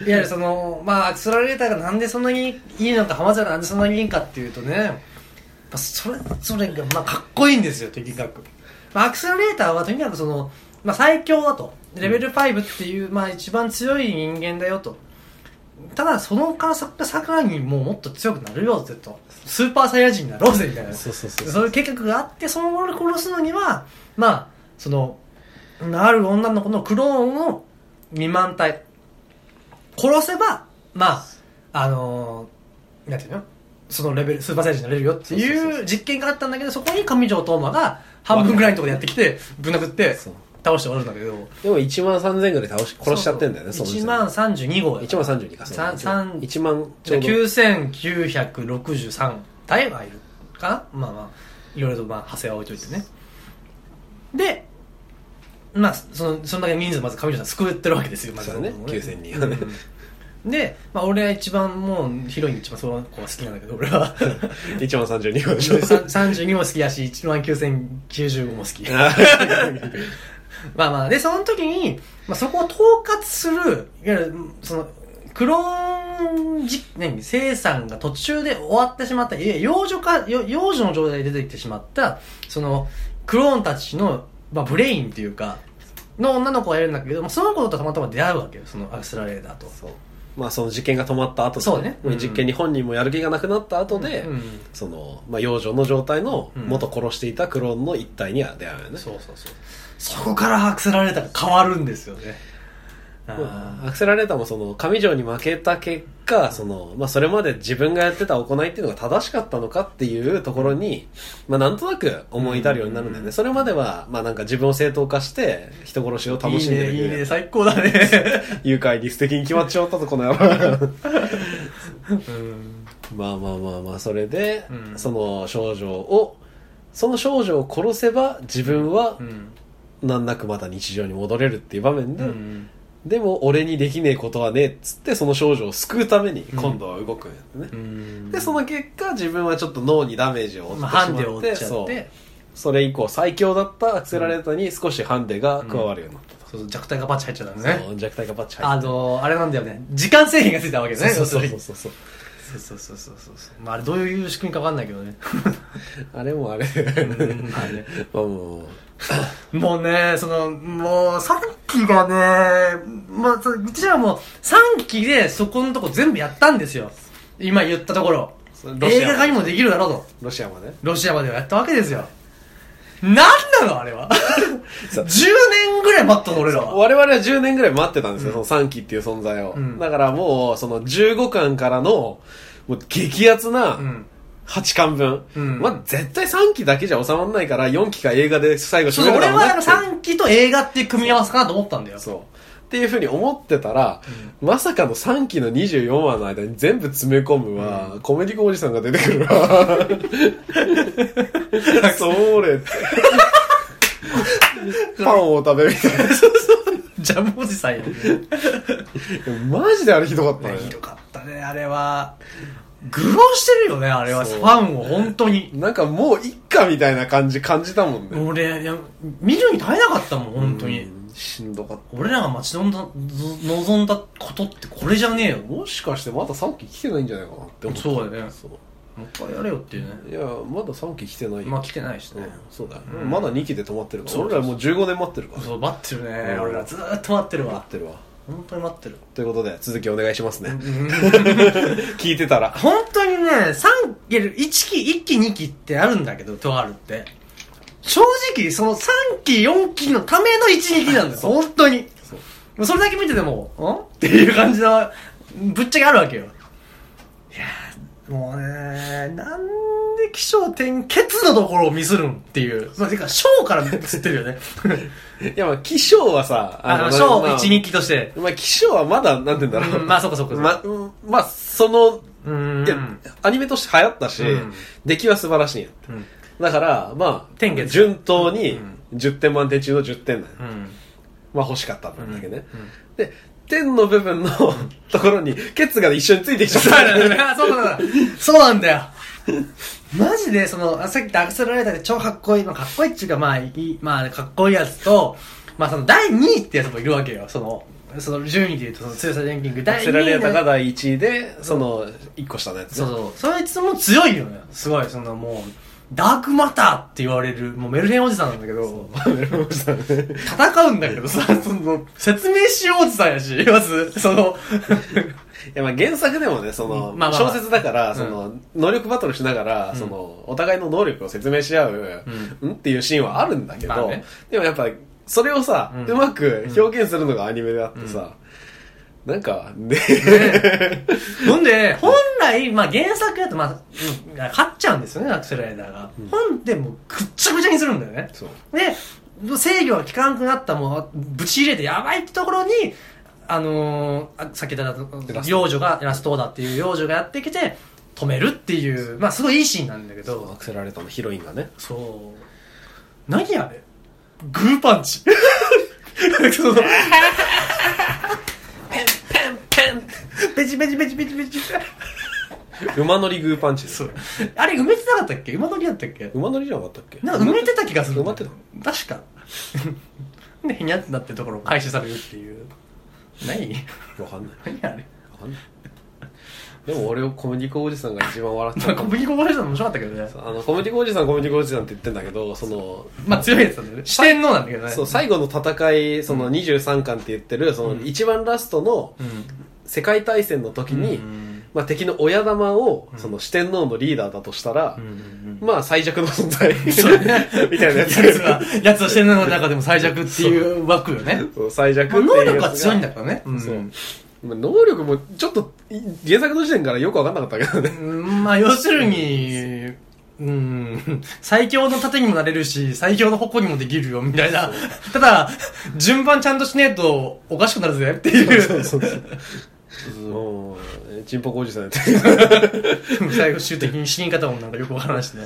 いわゆるその、まあ、アクセラレーターがなんでそんなにいいのか、浜崎がなんでそんなにいいんかっていうとね、やっぱそれぞれが、まあ、かっこいいんですよ、とにかく。まあ、アクセラレーターはとにかくその、まあ、最強だと。レベル5っていう、まあ、一番強い人間だよと。ただ、そのからさらにもうもっと強くなるよぜと。スーパーサイヤ人になろうぜ、みたいな。
そうそうそう。
そういう計画があってそのまま殺すのにはまあそのある女の子のクローンを未満体殺せばまああのー、なんていうのそのレベルスーパーサイヤ人になれるよって
そうそう
いう実験があったんだけどそこに上条斗真が半分ぐらいのところでやってきてぶん殴って
そう
倒して終わるんだけど
でも1万3000ぐらい倒し、殺しちゃってんだよね、
そう
の
そう
時点
1万32号だ
1万32か。
さんさん
1万ちょうど。
9963体はいるかなまあまあいろいろとまあ派生は置いといてねでまあそのそんだけ人数まず上条さん救ってるわけですよまず
そうだね
も
9000人はね
うんで、まあ、俺は一番もうヒロイン一番その子が好きなんだけど俺は
1万32個でしょ。
32も好きやし1万9095も好 きまあまあ、で、その時に、まあ、そこを統括する、いわゆる、その、クローンじ、何、生産が途中で終わってしまった、いや、幼女か、よ幼女の状態で出てきてしまった、その、クローンたちの、まあ、ブレインっていうか、の女の子がいるんだけど、まあ、その子とたまたま出会うわけよ、そのアクセラレーターと。
そうまあその実験が止まった後
そうね
も実験に本人もやる気がなくなった後で、
うん
その、まあ、幼女の状態の
うん
元殺していたクローンの一体には出会うよね、
そうそうそう。そこからアクセラレーターが変わるんですよね。あ
ま
ー
あアクセラレーターもその上条に負けた結果その、まあ、それまで自分がやってた行いっていうのが正しかったのかっていうところに、まあ、なんとなく思い至るようになるんだよね、
うん
それまでは、まあ、なんか自分を正当化して人殺しを楽しんでる
いいね、いいね、最高だね。
誘拐に素敵に決まっちまったぞこの野 郎
うん
まあまあまあまあそれで、
うん
その少女をその少女を殺せば自分は
うん
難なくまた日常に戻れるっていう場面で、
うん
でも俺にできねえことはねえっつってその少女を救うために今度は動くんやってね、
うん
でその結果自分はちょっと脳にダメージを負ってし
まあ、
ま
ハ
って,、
ンデを負っちゃ
そ
っ
う
て
それ以降最強だったアクセラレーターに少しハンデが加わるようになった
そうそう弱体がバチ入っちゃったんで
そ
ね
う弱体がバッチ入
あ
って
のー、あれなんだよね時間制限がついたわけね
そうそう
要
そう
す
そうそう
るにそうそうそうそうそうまああれどういう仕組みか分かんないけどね
あれもあれ
うんまあね
まあもう
もうねそのもう三期がねまあそううちらはもう三期でそこのとこ全部やったんですよ今言ったところ
それロシ
映
ア
画化にもできるだろうと
ロシアまで
ロシアまではやったわけですよなんなのあれは
そう
10年ぐらい待ったの俺らは
我々は10年ぐらい待ってたんですよ、その3期っていう存在を、
うん
だからもうその15巻からのもう激アツな
うん
8巻分、
うん
まあ絶対3期だけじゃ収まらないから4期か映画で最後
そう
締める
俺
だろう
は
な
あの
って
3期と映画っていう組み合わせかなと思ったんだよ
そうっていうふうに思ってたら、まさかの3期の24話の間に全部詰め込むわ、コメディコおじさんが出てく るわそれってパンを食べるみたい
ジャムおじさんやね
なマジであれひどかったね
ねひどかったねあれは愚弄してるよねあれは
そう
ファンを本当に
なんかもういっかみたいな感じ感じたもんね。
俺いや見るに耐えなかったもん本当に
うんしんどかっ
俺らが待ち望んだぞ望んだことってこれじゃねえよ
た。もしかしてまだ3期来てないんじゃないかなって思った。
そうだよね
そ
もう一回やれよっていうね
ういや、まだ3期来てないよ。
まあ来てないし
う
ね
ん、そうだよ、
うん
まだ2期で止まってるから。
そう
俺らもう15年待ってるから。
そう待ってるね
うん
俺らずーっと待ってる
待
わ
ってるわ。
本当に待って る
ということで、続きお願いしますね。 聞いてたら。
本当にね三いや一期一期二期ってあるんだけどとあるって正直その三期四期のための一二期なんだ よ本当に
そう
もうそれだけ見てても、んっていう感じの、ぶっちゃけあるわけよ。いやーもうね、なんで起承転結のところをミスるんっていう。まあ、てか、章からつってる よね。
いや、まあ、気象はさ、
あの、
ま
章
まあ
一日記として。
まあ、気象はまだ、なんて言うんだろう。
うんまあ、そこそこ。
ま、うんまあ、その、
うーん。
いや、アニメとして流行ったし、
うん
出来は素晴らしいんやって。
うん。
だから、まあ、
天月
順当に
うん
10点満点中の10点なんよ
うん。
まあ欲しかった分だけね。
うんうん
で、点の部分の ところに、ケツが一緒についてきちゃっ
そうなん
た。
だよ。 そうなんだ。そうなんだよ。マジで、その、あさっきとアクセルライダーで超かっこいい、まあ、かっこいいっていうか、まあ、いい、まあ、かっこいいやつと、まあ、その、第2位ってやつもいるわけよ。その、その、順位で言うと、その、強さランキング、
アク
第2位
セラレーターが
の。
第1位で、その、1個下のやつ
そう
ね。
そう。そいつも強いよね。すごい、その、もう、ダークマターって言われる、もうメルヘンおじさんなんだけど、戦うんだけどさ、その、説明しようおじさんやし、まず、その、
いやまあ原作でもね、その、
うんまあまあまあ
小説だから、その、能力バトルしながら、その、お互いの能力を説明し合う、うんっていうシーンはあるんだけ
まあ
ど
ね、
でもやっぱ、それをさ
うん、
うまく表現するのがアニメであってさ、なんか、ね、
ほんで、本来、まあ原作だと、まあ、うん勝っちゃうんですよね、アクセラレーターが。本でもうぐっちゃぐちゃにするんだよね。
そう。
で、制御が効かなくなったもう、ぶち入れてやばいってところに、あのーあさっき言った
ラスト
幼女が、ラストオーダーっていう幼女がやってきて、止めるっていう、まあすごいいいシーンなんだけ
ア
ど、
クセラレーターのヒロインが ね、
そう。何あれグーパン チ。そのペン、ペン、ペン。ペチペチペチペチペチ。
馬乗りグーパンチです
そう。あれ埋めてなかったっけ馬乗りだったっけ
馬乗りじゃなかったっけ
なんか埋めてた気がする。
埋まってた
確か。 で、ひにゃってなってるところを回収されるっていう。何
わかんない。
何あれ
わかん ない。でも俺をコメディコおじさんが一番笑っち
ま
ゃ
あ、
っ
小麦粉バレたの面白かったけどね。
た。あの、コメディコおじさん、コメディコおじさんって言ってんだけど、その、
まあ強いやつなんだよね。四天王なんだけどね。
そう、最後の戦い、その23巻って言ってる、その一番ラストの
うん。
世界大戦の時に
う、ん
まあ敵の親玉を、その四天王のリーダーだとしたら
うんう、ん
まあ最弱の存在、
そうね
みたいなやつ
やつは、やつはしてるの中でも最弱っていう枠よね。
そう 最弱
まあ
って
能
いうやつが。
力は強いんだからね。。
そうんまあ能力も、ちょっと、い原作の時点からよくわかんなかったけどね。
うんまあ、要するに、うん、最強の盾にもなれるし、最強の矛にもできるよ、みたいな。ただ、順番ちゃんとしねえと、おかしくなるぜ、っていう。
そうそうそう。チンポコおじさんやって。
最終的に死に方もなんかよくわからないしね。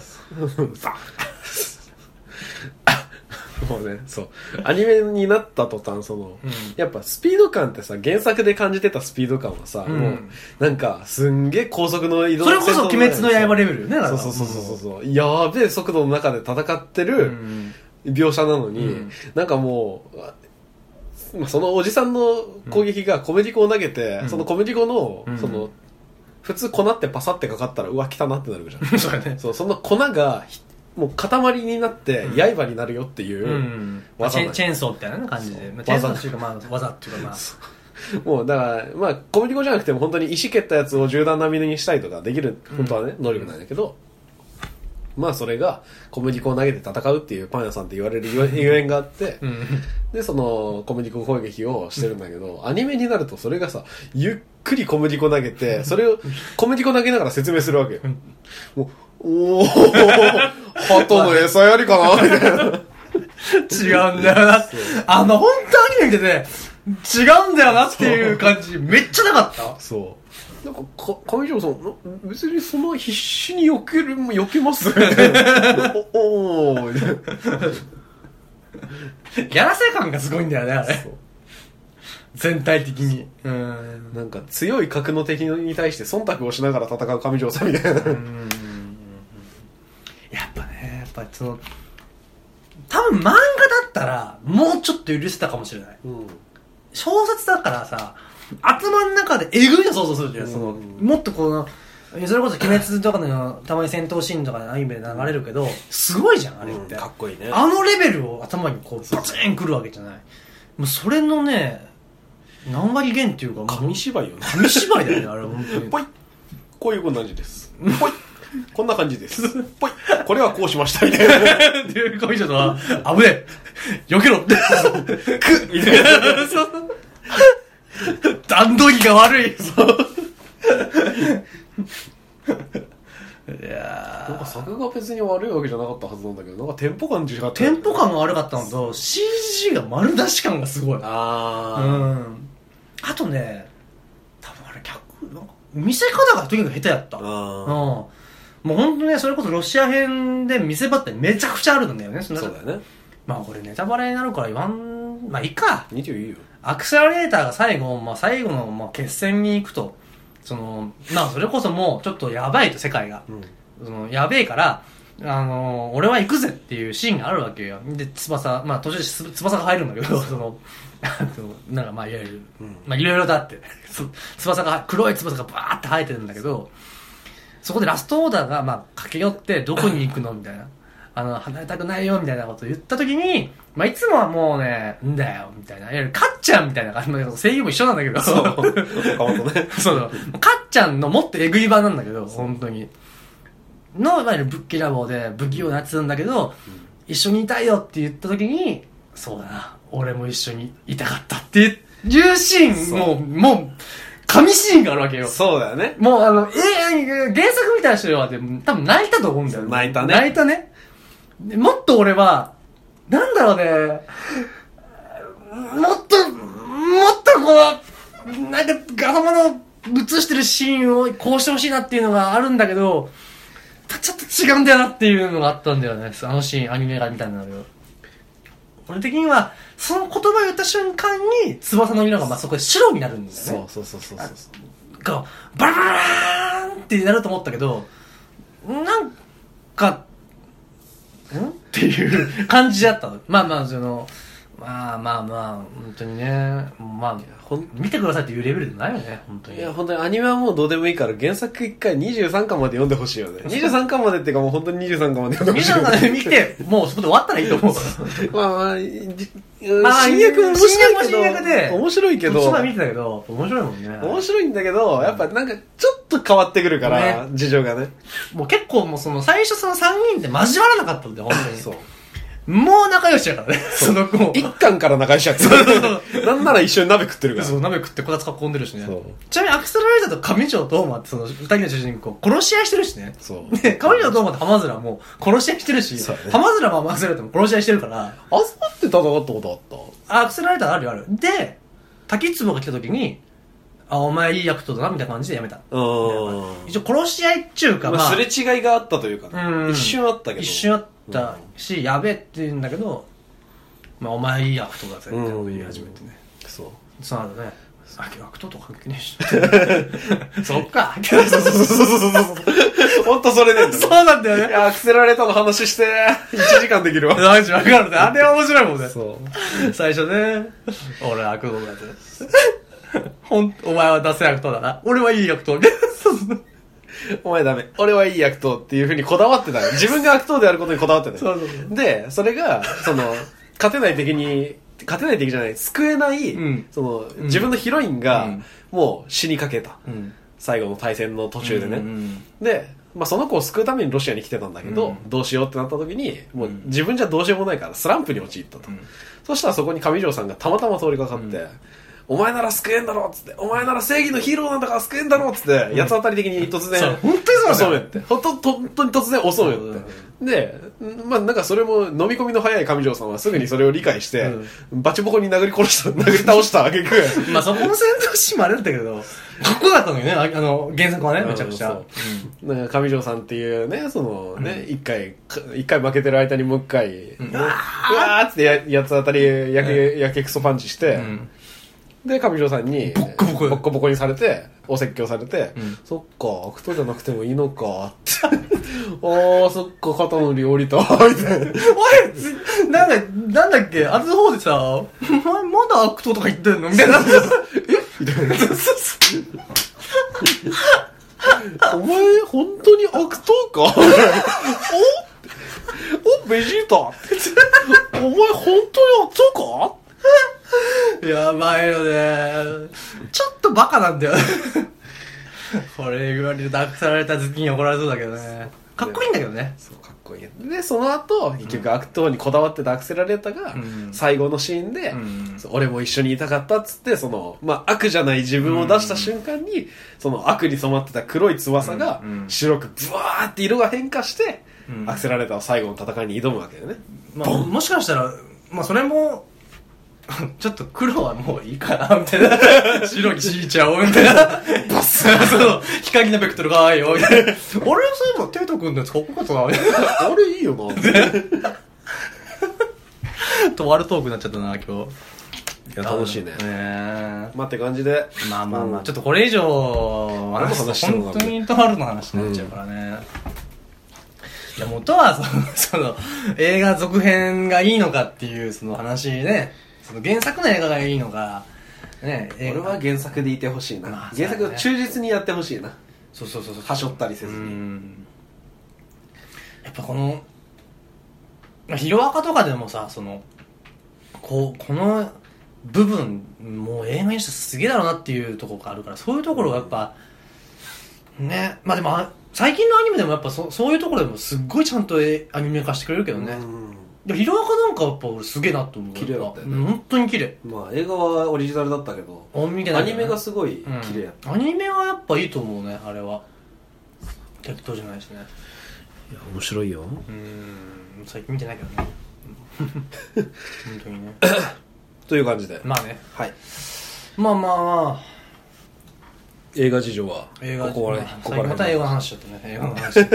もうね、そう。アニメになった途端、その、
うん
やっぱスピード感ってさ、原作で感じてたスピード感はさ、
うん
もう、なんか、すんげえ高速の移動
それこそ、鬼滅の刃
レ
レベルよね、だから
そうそうそうそうそう。やーべえ速度の中で戦って
う
る
ん
描写なのに、
うん
なんかもう、あまあ、そのおじさんの攻撃がコメディコを投げて、
うん
そのコメディコの、
うん
その、普通粉ってパサってかかったら、うわ、汚ってなるじゃん。
そうだね。
そう、その粉がひ、もう塊になって、
うん
刃になるよっていう、
うん。まあ
技
チ
だ
ェ
よ
ンチェーンソーみたいな感じ
そ
で。
う
まあチェーンソーっていうか、まあ、技っていうか、まあ、
もうだから、まあ、小麦粉じゃなくても本当に石蹴ったやつを銃弾並みにしたりとかできる、本当はね、能力なんだけど、まあそれが小麦粉を投げて戦うっていうパン屋さんって言われる ゆえゆえんがあって、で、その小麦粉攻撃をしてるんだけど、アニメになるとそれがさ、ゆっくり小麦粉投げて、それ を小麦粉投げながら説明するわ けよ。もう、おお鳩の餌やりかなみたいな。
違うんだよな。あの、本当アニメ見てて、違うんだよなっていう感じ、めっちゃなかった
そう。なんか、か、上条さん、ん別にその必死に避ける、避けますみたいなおおーみたいな
やらせ感がすごいんだよね、あれ。
そう
全体的に。うん。
なんか強い格の敵に対して忖度をしながら戦う上条さんみたいな。
やっぱね、やっぱその、多分漫画だったら、もうちょっと許せたかもしれない。
うん。
小説だからさ、頭の中でえぐいの想像するじゃん。その、
うん
もっとこの、それこそ鬼滅とかの、たまに戦闘シーンとかのアニメで流れるけど、すごいじゃん、あれって。
かっこいいね。
あのレベルを頭にこう、バチンくるわけじゃない。もうそれのね、何割減っていうか、もう
紙芝居よね。
紙芝居だよね、あれ、本 当に。
ぽい。こういう感じです。ぽい。こんな感じ です。ぽい。これはこうしました、みたいな。
っていう神様は、危ねえ避けろって。
く みたいな。
そう段取りが悪い。い
なんか
や
作画別に悪いわけじゃなかったはずなんだけど、なんかテンポ感違ったよね。
テンポ感が悪かったのと、CG が丸出し感がすごい。うん。
あ
あとね、多分あれ客、なんか見せ方がとにかく下手やった。
ー。
うん。
あ
もう本当ね、それこそロシア編で見せ場ってめちゃくちゃあるんだよね。そ
ー。
の中
そうだよね。
まあこれネタバレになるから言わん、まあいいか。
21よ。
アクセラレーターが最後、まあ、最後の、まあ、決戦に行くと、その、まあ、それこそもう、ちょっとやばいと、世界が。
うん。
その、やべえから、あの俺は行くぜっていうシーンがあるわけよ。で、翼、まあ、途中です翼が入るんだけど、その、あのなんか、まあ、いわゆる、
うん
まあ、いろいろだって、そ翼が、黒い翼がバーって生えてるんだけど、そこでラストオーダーが、まあ、駆け寄って、どこに行くのみた いな。あの、離れたくないよ、みたいなことを言ったときに、まあ、いつもはもうね、んだよ、みたいな。いわゆる、かっちゃんみたいな感じの、声優も一緒なんだけど、
そう。岡本ね。
そうだ。かっちゃんのもっとえぐい版なんだけど、本当に。の、いわゆるぶっきらぼうで不器用なやつなんだけど、一緒にいたいよって言った時に、そうだな、俺も一緒にいたかったっていうシー
そう
ン、もう、もう、神シーンがあるわけ よ。
そうだよね。
もうあの、ええ原作みたいな人はで多分泣いたと思うんだよね。
泣いたね
泣いたね。でもっと俺は、なんだろうね、もっと、もっとこう、なんか、ガラマの映してるシーンをこうしてほしいなっていうのがあるんだけど、たちょっと違うんだよなっていうのがあったんだよね。あのシーン、アニメが見たんだけど。俺的には、その言葉を言った瞬間に、翼の色がまあそこで白になるんだよね。
そうそうそうそうそう。
がバラバラーンってなると思ったけどなんかん っていう感じだったのまあまあそのまあまあまあ本当にねまあ
ほん
見てくださいっていうレベルでもないよね本当に
いや、本当にアニメはもうどうでもいいから、原作1回23巻まで読んでほしいよね。23巻までっていうかもう本当に23巻まで読んでほ
見
しい
た
よ、
の
ね。
で見てもうそこで終わったらいいと思う
まあまあ、じ
まあまあ
新薬面白いけど、
新薬で
面白い け
こっち
ど
ま、で見てたけど面白いもんね
面白いんだけど、やっぱなんかちょっと変わってくるから、事情がね。
もう結構もうその最初その3人で交わらなかったんで本当
そ
に
う。
もう仲良しだからねその子も
一巻から仲良しちゃって る。なんなら一緒に鍋食ってるから。
そう鍋食ってこたつ囲んでるしね
そう
ちなみにアクセラレーターと上条東馬ってその二人の主人公殺し合いしてるしね
そう
で上条東馬と浜面も殺し合いしてるし、
そうだね
浜面も浜面とも殺し合いしてるから
あそこって戦ったことあっ
アクセラレーターあるよあるで滝壺が来た時にあお前いい役とだなみたいな感じでやめた
たうん。
一応殺し合いっちゅうか、
まあ、すれ違いがあったというかね、
うん
一瞬あったけど
一瞬あったし、やべえって言うんだけど、まあ、お前いい役とだぜみたいなこと言い始めてね、
そう
そうなんだね。あ、悪党と関係ねえし。 そっ か。
そうそうそうそうそう 本当それで
そうなんだよ
い
ね。
やアクセラレーターの話 して1時間できるわ
マジわかるね。あれは面白いもんね。
そう
最初ね。俺は悪党だぜ。ほん、お前は出せ悪党だな。俺はいい悪党。そう
お前ダメ俺はいい悪党っていうふうにこだわってたよ自分が悪党であることにこだわってたよ
そうそう。
でそれがその勝てない敵に勝てない敵じゃない救えない、
うん
その
ん
自分のヒロインが、
うん
もう死にかけた
うん
最後の対戦の途中でね、
うんうん
で、まあ、その子を救うためにロシアに来てたんだけど、
うん
どうしようってなった時にもう
うん
自分じゃどうしようもないからスランプに陥ったと、
うん
そしたらそこに上条さんがたまたま通りかかって、
うん
お前なら救えんだろっつって、お前なら正義のヒーローなんだから救えんだろっつって、
ん
八つ当たり的に突然、
そう本当にそ
襲
うだよ
めって。ほんと、と本当に突然襲めって。で、まあなんかそれも飲み込みの早い上条さんはすぐにそれを理解して、バチボコに殴り殺した、 殴り倒した挙句、
まあそこの戦闘シーンもあれだったけど、かっこよかったのよね、ああの、原作はね、
うん
めちゃくちゃ。
そうなんか上条さんっていうね、そのね、一、回、か一回負けてる間にもう一回、う
ん
わーっつってややつ当たりやけ、やけくそパンチして、
うん
で、上条さんに、ボ
ッコボコ
ッコボコにされて、お説教されて、
うん
そっか、悪党じゃなくてもいいのか、 って。ああ、そっか、肩のり降りた、 みたいな。
おいつなんだ、なんだっけ、あっちの方でさ、お前まだ悪党とか言ってんのみたいな。
お前、本当に悪党か おお、ベジータお前、本当に悪党か
やばいよね。ちょっとバカなんだよね。これ言われると、悪さられた時に怒られそうだけどね。かっこいいんだけどね。
そうかっこいいでその後結局悪党にこだわってたアクセラレーターが
うん
最後のシーンで、
うん
そう俺も一緒にいたかったっつってその、まあ、悪じゃない自分を出した瞬間に、その悪に染まってた黒い翼が
うんうん
白くブワーって色が変化して、
うん
アクセラレーターは最後の戦いに挑むわけだよ ね
まあ、もしかしたら、まあそれも、 ちょっと黒はもういいかな、みたい な。白に敷いちゃおう、みたいな。バッサーそう、光のベクトルがあいよ、みたいな。俺そういえば、テイト君のやつかっこよかったな、みたいな。
あれいいよない
と悪トークになっちゃったな、今日。
や楽しいね
ねえ
まあって感じで
まあまあまあ、
うん
ちょっとこれ以上話
話し
す
て
と
も
本当にとあるの話になっちゃうからね、いや元はそのその映画続編がいいのかっていうその話ねその原作の映画がいいのかね映
俺
画
は原作でいてほしいな、
まあ
原作を
そうだね
忠実にやってほしいな
そうそうそうそう
はしょったりせ
う
ずに、
んやっぱこのまあヒロアカとかでもさそのこうこの部分もう映画にしてすげえだろうなっていうところがあるからそういうところがやっぱねまあでもあ最近のアニメでもやっぱそそういうところでもすっごいちゃんとえアニメ化してくれるけどね、
うん
でもヒロアカなんかやっぱ俺すげえなと思う
綺麗だったよね
うん本当に綺麗
まあ映画はオリジナルだったけど
あ見てな
ア
いけ
ニ
どね
メがすごい
うん
綺麗やっ
アニメはやっぱいいと思うねあれは適当じゃないしね
た、面白いよ
うーん最近見てないけ どね本当にね
という感じで、
まあね
はい、
まあまあまあ
映画事情は
映画
ここはね
まあ
ここ
最近
ら
また
辺
映
で
画の話しちゃったね映画の話、うん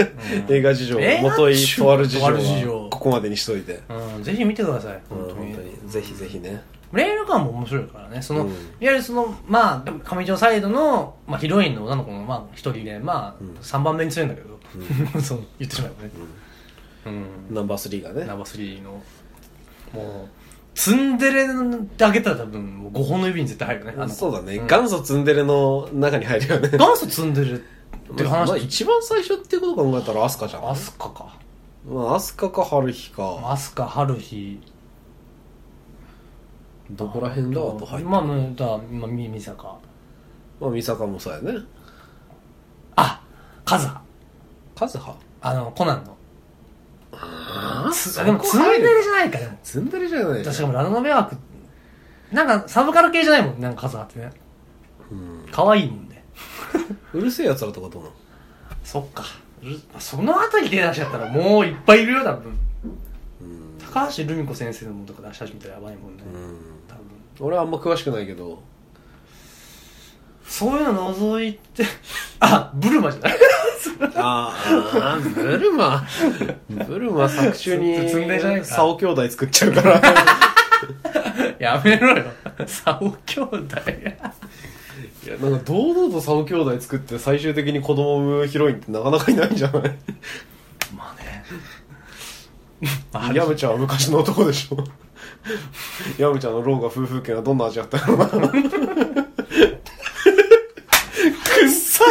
映画事情
映画
元井とある事情
とある事
は
情
ここまでにしといて、
うん、ぜひ見てください
うん
本当に,、
本当にぜひぜひね
レール感も面白いからねその、
うん
いわゆるそのまあ上条サイドの、まあ、ヒロインの女の子のまあ一人でまあ、
ん
三番目に強いんだけど、 そう言ってしまえばねうん、
ナンバー3がね
ナバスリーのもうツンデレってあげたら多分もう5本の指に絶対入るねあの子
そうだね、
ん
元祖ツンデレの中に入る よね
元祖積んでるって
まあまあ
話
一番最初っていうことを考えたらアスカじゃん
アスカか
まあ、アスカか春日か
アスカ春日
どこら辺だあと入って
まあまあだまあみ美坂
まあ美坂もそうやね
あカズハ
カズハ
あのコナンの
あ
つでも積んでるじゃないかでも
ツンデレじゃない
確かにラノベ枠なんかサブカル系じゃないもんねなんかカズハってね
うん
可愛いもんね
うるせえやつらとかどうなの
そっかうるそのあたり手出しちゃったらもういっぱいいるよ多分
うん
高橋留美子先生のものとか出し始めたらやばいもんね、
うん
多分
俺はあんま詳しくないけど
そういうの覗いてあブルマじゃない
ああ、ブルマ。ブルマ作中に
つつんでじゃないか、
サオ兄弟作っちゃう から。
やめろよ。サオ兄弟。
いや、なんか堂々とサオ兄弟作って最終的に子供を産むヒロインってなかなかいないんじゃない
まあね。まあ、
ヤムちゃんは昔の男でしょ。 ヤムちゃんのローが夫婦権はどんな味だったのかな。 くっさ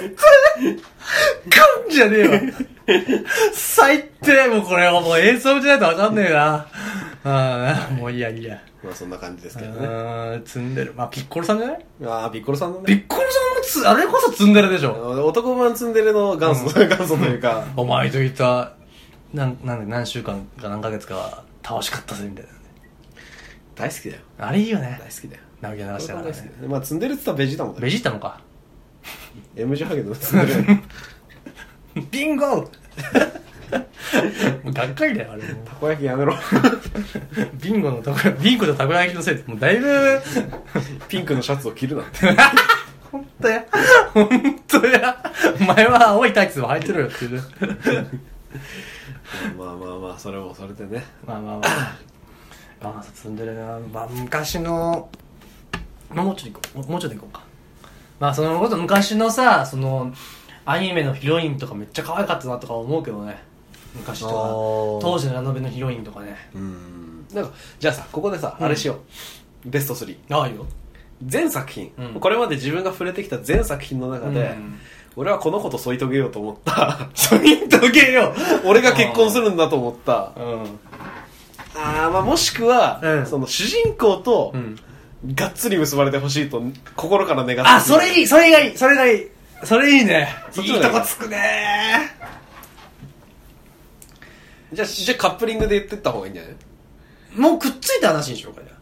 噛んじゃねえよ。最低もうこれはもう映像じゃないとわかんねえな。ああもういいやいいや
まあそんな感じです
う
けどね。
ーん積んでるまあピッコロさんじゃない
ああ、ピッコロさんの
ピ
ね。
ッコロさんもつあれこそ積んでるでし
あ
ょ
の男版ツンデレの元祖、元祖というか。
お前といたなんなんだ何週間か何ヶ月かは楽しかったぜみたいなね
大好きだよ。
あれいいよね
大好きだよ。
直樹流してから
大好き
ね
だよまあツンデレって言ったらベジータもだ
ベ
よ。
ジータもか
M 字ハゲのツンデレ。
ビンゴ もうがっかりだよあれもう
たこ焼きやめろ。
ビンゴのたこ焼きビンゴとたこ焼きのせいでもうだいぶ
ピンクのシャツを着るなんて。
本当や本当やお前は青いタイツを履いてろよっていうね
まあまあまあ、それもそれでね。
まあまあまあまあ積んでるな、まあ、昔の、まあ、もうちょっと行こうもうちょっと行こうかまあそのこと昔のさそのアニメのヒロインとかめっちゃ可愛かったなとか思うけどね昔とか
あー
当時のラノベのヒロインとかね
うん。なんか、じゃあさ、ここでさ、
うん
あれしよう。ベスト3。
ああいいよ
全作品、
うん
これまで自分が触れてきた全作品の中で、
うん
俺はこの子と添い遂げようと思った
庶民とけよ
俺が結婚するんだと思った
うん
あーまあもしくは、
うん
その主人公と、
うん
がっつり結ばれてほしいと心から願って
あそれいいそれがいいそれがいいそれいいね
そっ
い
ちの方
い
がい
と
い
こつくね
じゃあじゃあカップリングで言ってった方がいいんじゃない
もうくっついた話にしようかじゃあ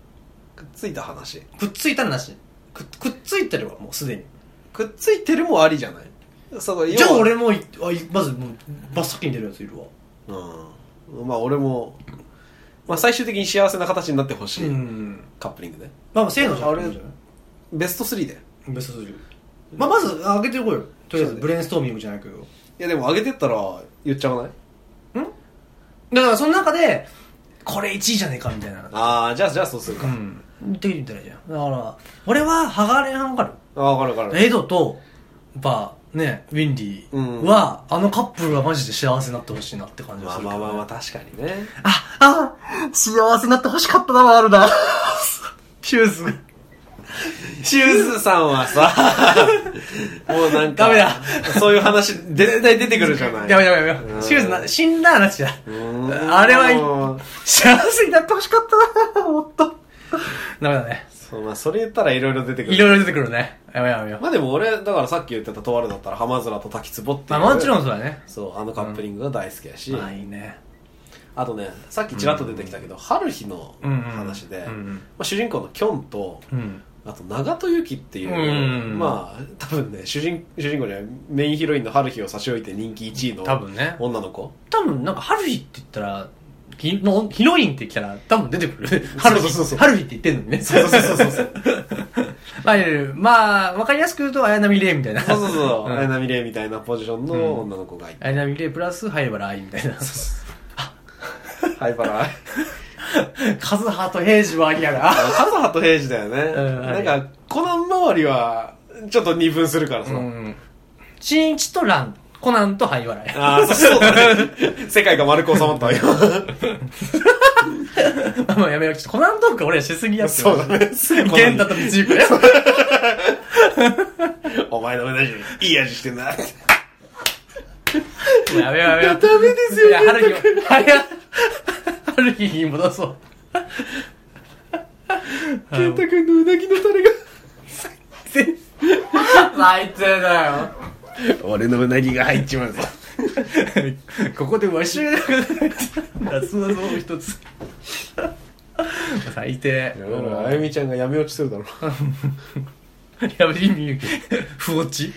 くっついた話
くっついた話くくっついてるわもうすでに
くっついてるもありじゃないその
じゃあ
要は
俺もいあいまずもう真っ先に出るやついるわ
うんまあ俺も、まあ、最終的に幸せな形になってほしい、
ん
カップリングね
まあまあせーのじゃん
あれベスト3で
ベスト3まあまず上げていこうよとりあえずブレインストーミングじゃないけど
いやでも上げてったら言っちゃわない
だからその中でこれ1位じゃねえかみたいな
ああじゃあじゃあそうするか、
うん言ってみたらいいじゃんだから俺はハガレンわかる
ああ分かる分かる
エドとやっぱねウィンディは、あのカップルはマジで幸せになってほしいなって感じが
ますあ
るけど
まあ
ね、
まあまあ確かにね
あ、あ、幸せになってほしかったなもあるな。 シューズが。
シューズさんは さもうなんか
ダメだ
そういう話絶対出てくるじゃない
やめ
う
やめやめ
う
よ
ん
う。シューズな、死んだ話だ。
ーん
あれはい幸せになってほしかったな、もっと。ダメだね。
そうまあそれ言ったらいろいろ出てくる
いろいろ出てくるね。やめようやめよう。
まあでも俺だからさっき言ってたとあるだったら浜面と滝壺ってい
ま
う、
あもちろんそうだね。
そうあのカップリングが大好きやし、
まあいいね。
あとねさっきちらっと出てきたけど、春日の話で、
うんうんうん
まあ、主人公のキョンと
うん。
あと長門由紀っていう、
うん
まあ多分ね主人主人公じゃないメインヒロインの春日を差し置いて人気1位の
多分ね。
女の子
多分なんか、春日って言ったら、ひのヒロインって来たら多分出てくる。春日。
そうそうそう
春日って言ってんのにね。
そうそうそうそうそう
まあ、いやいやまあ、わかりやすく言うと、綾波レイみたいな。
そうそうそう
うん
綾波レイみたいなポジションの女の子がいて、
綾波レイプラス灰原愛みた いな。
はいバラ
カズハと平次はありやが。
カズハと平次だよね、
うん
なんかコナン周りはちょっと二分するからさ、
うん。新一と蘭、コナンと灰原愛。
ああそうだね世界が丸く収まったわよ
まあまあやめよう。ちょっとコナントーク俺らしすぎやって。
そうだね
ゲンタとミチークや。
お前の同じいい味してんなって
やめようやめよう。
ダメですよ
いや、春日も、はや、春日に戻 そう。
健 太君のうなぎのタレが
最低だよ。
俺のうなぎが入っちまうぞ
ここでわしがなくなる。夏の像一つ。最低。
あゆみちゃんがやめ落ちするだろ
やべ、意味、不落ち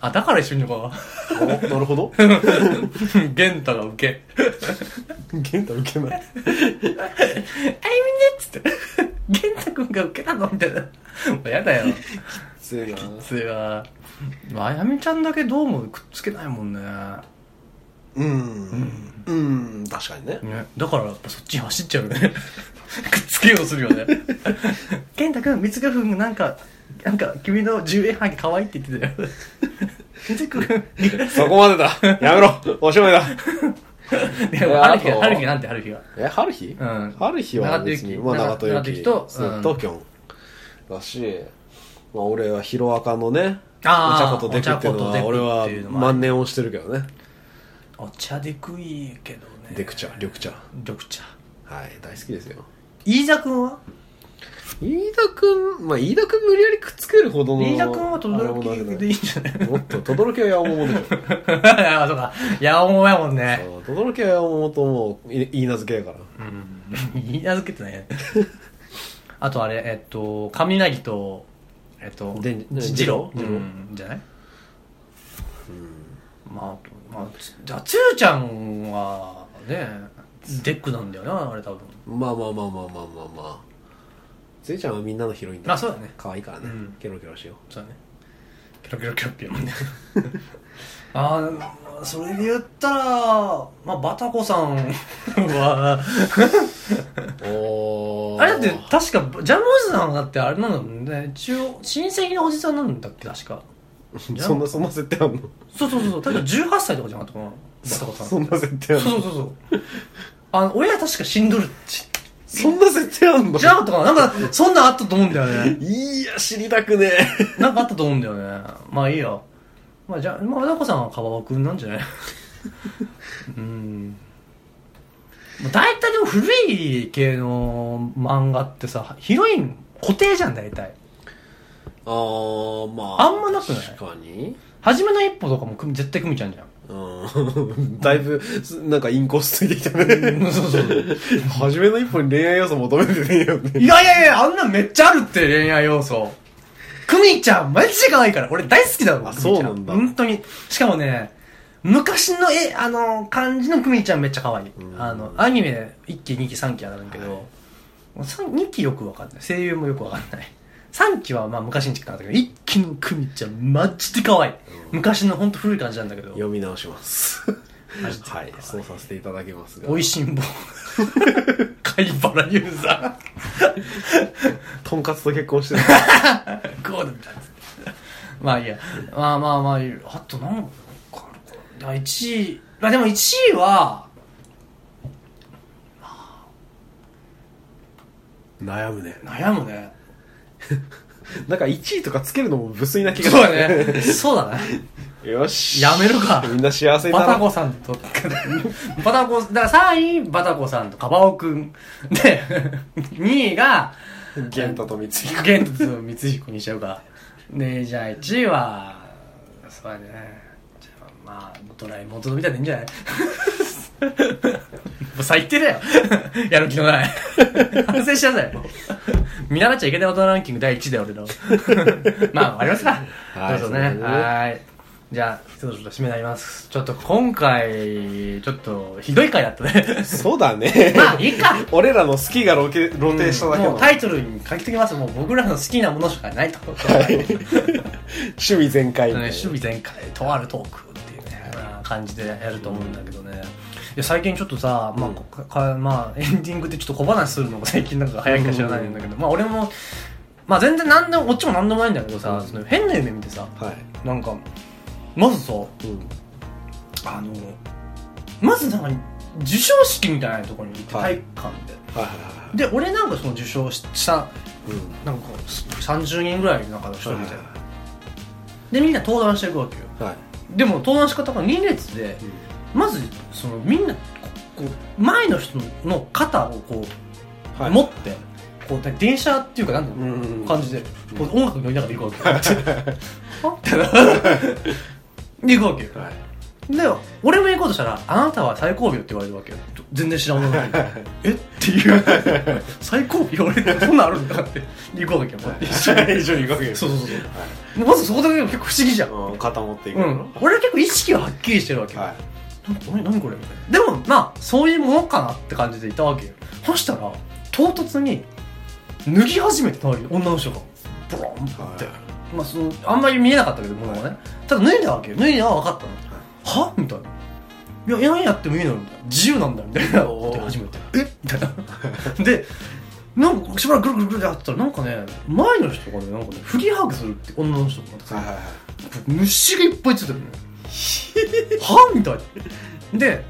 あ、だから一緒にいるのか。
おなるほど
玄太が受け。
健太受けない
あいみねっつって。玄太くんが受けたのみたいな。もうやだよ。
強いな
それは。あやみちゃんだけどうもくっつけないもんね。
うんうん確かにね
ね。だからやっぱそっちに走っちゃうよね。 くっつけようとするよ ね。玄太くん、光くんなんか、なんか君の10円ハゲ可愛いって言って たよ。光くん。
そこまでだやめろおしまいだ
いや
あ
春
と
日、春日なんて春日は。
え春日
うん
春日は別にまあ
長
長
門
門
由
由
紀
紀
長門由紀とうん
ときょんだしまあ俺はヒロアカのねお茶
あー
ことデクっていうの
お
は
茶子と
俺
デクっ
は
ていうのもある
万年をしてるけどね
お茶でくいけどね。
デク茶緑茶
緑茶。
はい大好きですよ
飯田君は
飯田君まあ飯田君無理やりくっつけるほどの
飯田君は
あれもな
轟
く
で
ない
いんじゃない
いもっと轟は矢面でしょ
あそうか八百やもんね
そう轟は矢面ともういい名付けやから
うん 言い名付けてないやんあとあれえっと雷とえっと
で
じ
ね
ジロ
ジロ
うんじゃないまああとまあつじゃあつーちゃんはねデックなんだよなあれ多分
まあまあまあまあまあまあまあつえちゃんはみんなのヒロインだ
あそうだね
可愛いからね、
うん
ケロケロしよ
そうだねキロキロキロ ピョンねああそれで言ったらまあバタコさんは
うおー
あれだって確かジャムおじさんだってあれなんだもんね一応親戚のおじさんなんだっけ確か
そんなそんな設定あんの
そうそうそうそう確か18歳とかじゃなかったかなバタコさん
そんな設定あん
そう
の
そうそうそうあの親確か死んどるち
そんな設定あんの
じゃなかったかななんかそんなんあったと思うんだよね
いや知りたくね
なんかあったと思うんだよねまあいいよまあじゃあまあ和田子さんは川尾くんなん じゃないうんもう大体でも古い系の漫画ってさヒロイン固定じゃん大体
えあーまあ
あんまなくない
確かに
初めの一歩とかも組絶対組ちゃんじゃん
うん だいぶすなんかインコースついてきたね
そうそう
初めの一歩に恋愛要素求めてねえよね
いやいやいやあんなんめっちゃあるって恋愛要素クミちゃんマジで可愛いから俺大好きだもん
あ
クミちゃ
そうなんだ
本当にしかもね昔の絵あの感じのクミちゃんめっちゃ可愛い
うん
あのアニメ1期2期3期あるんだけ
はい
ど、三2期よくわかんない声優もよくわかんない3期はまあ昔に近かったけど1期のクミちゃんマジで可愛い昔の本当古い感じなんだけど
読み直します
マジで可
は
愛
いそうさせていただきますが
おいしんぼ 貝原ユーザ
とんかつと結婚してる
ーゴールみたいなまあいいやまあまあまあいいあと何かあるかな1位まあでも1位は
悩むね
悩むね
なんか1位とかつけるのも無粋な気が
そうだねそうだね
よし
やめるか
みんな幸せに
バ
な
タ
ろう
コさんとバタコだから3位バタコさんとカバオくんで2位が
玄太と光彦
ゲントと光彦にしちゃうかねじゃあ1位はそうやねじゃあまあドラえもんとのびたでいいんじゃない もう最低だよ やる気のない 反省しなさいよ見習っちゃいけない大人ランキング第1位だよ俺の まあ終わりますか
はい
どうぞ
そう
ね
ですね
はいじゃあそろそろ締めになりますちょっと今回ちょっとひどい回だったね
そうだね
まあいい か
俺らの好きが露呈露呈しただけ
も
の
うタイトルに書きときますもう僕らの好きなものしかないと、
趣味全開みたいな
ね、守備全開とあるトークっていうね、まあ感じでやると思うんだけどね、いや最近ちょっとさ、まあこかまあ、エンディングでちょっと小話するのが最近なんか早いか知らないんだけど、まあ俺も、まあ、全然何でもこっちも何でもないんだけどさ、その変な夢見てさ
はい
なんかまずさ
うん
あのまずなんか授賞式みたいなところに行って、
はい
体育館で。
はいはいは
で俺なんかその受賞した
いうん
なんか30人ぐらいの中の一人みたいな、
は
でみんな登壇していくわけよ
いはいはい
でも登壇し方が2列でまずそのみんなここう前の人の肩をこう、
はい
持ってこうで電車っていうかなんだろ
う
う、
んうんうん
感じで、こう音楽乗りながら行く わけよはみたいなで行くわけよ
はい
で俺も行こうとしたら「あなたは最後尾よ」って言われるわけよ全然知らんものない えっていう最後尾俺ってそんなんあるんだって行くわけよこうやって一緒に
一緒に行くわけよ
そうそうそうそう、まずそこだけでも結構不思議じゃん、
うん肩持っていく
う
の
ん、俺は結構意識がはっきりしてるわけよ、
はい
何何これみたいなでもまあそういうものかなって感じでいたわけよそしたら唐突に脱ぎ始めてたわけよ女の人がブロンって、
はい
まあそのあんまり見えなかったけどものがねただ脱いだわけよ脱いだは分かったの
はい
はみたいな。いや、いや何やってもいいのよ、みたいな。自由なんだよ、みたいな
おー
こと初めて。 えみたいな。で、なんか、しばらくぐるぐるぐるってやってたら、なんかね、前の人がね、なんかね、フリーハグするって女の人が
はいはいは
虫がいっぱいついてる のよ。はみたいな。で、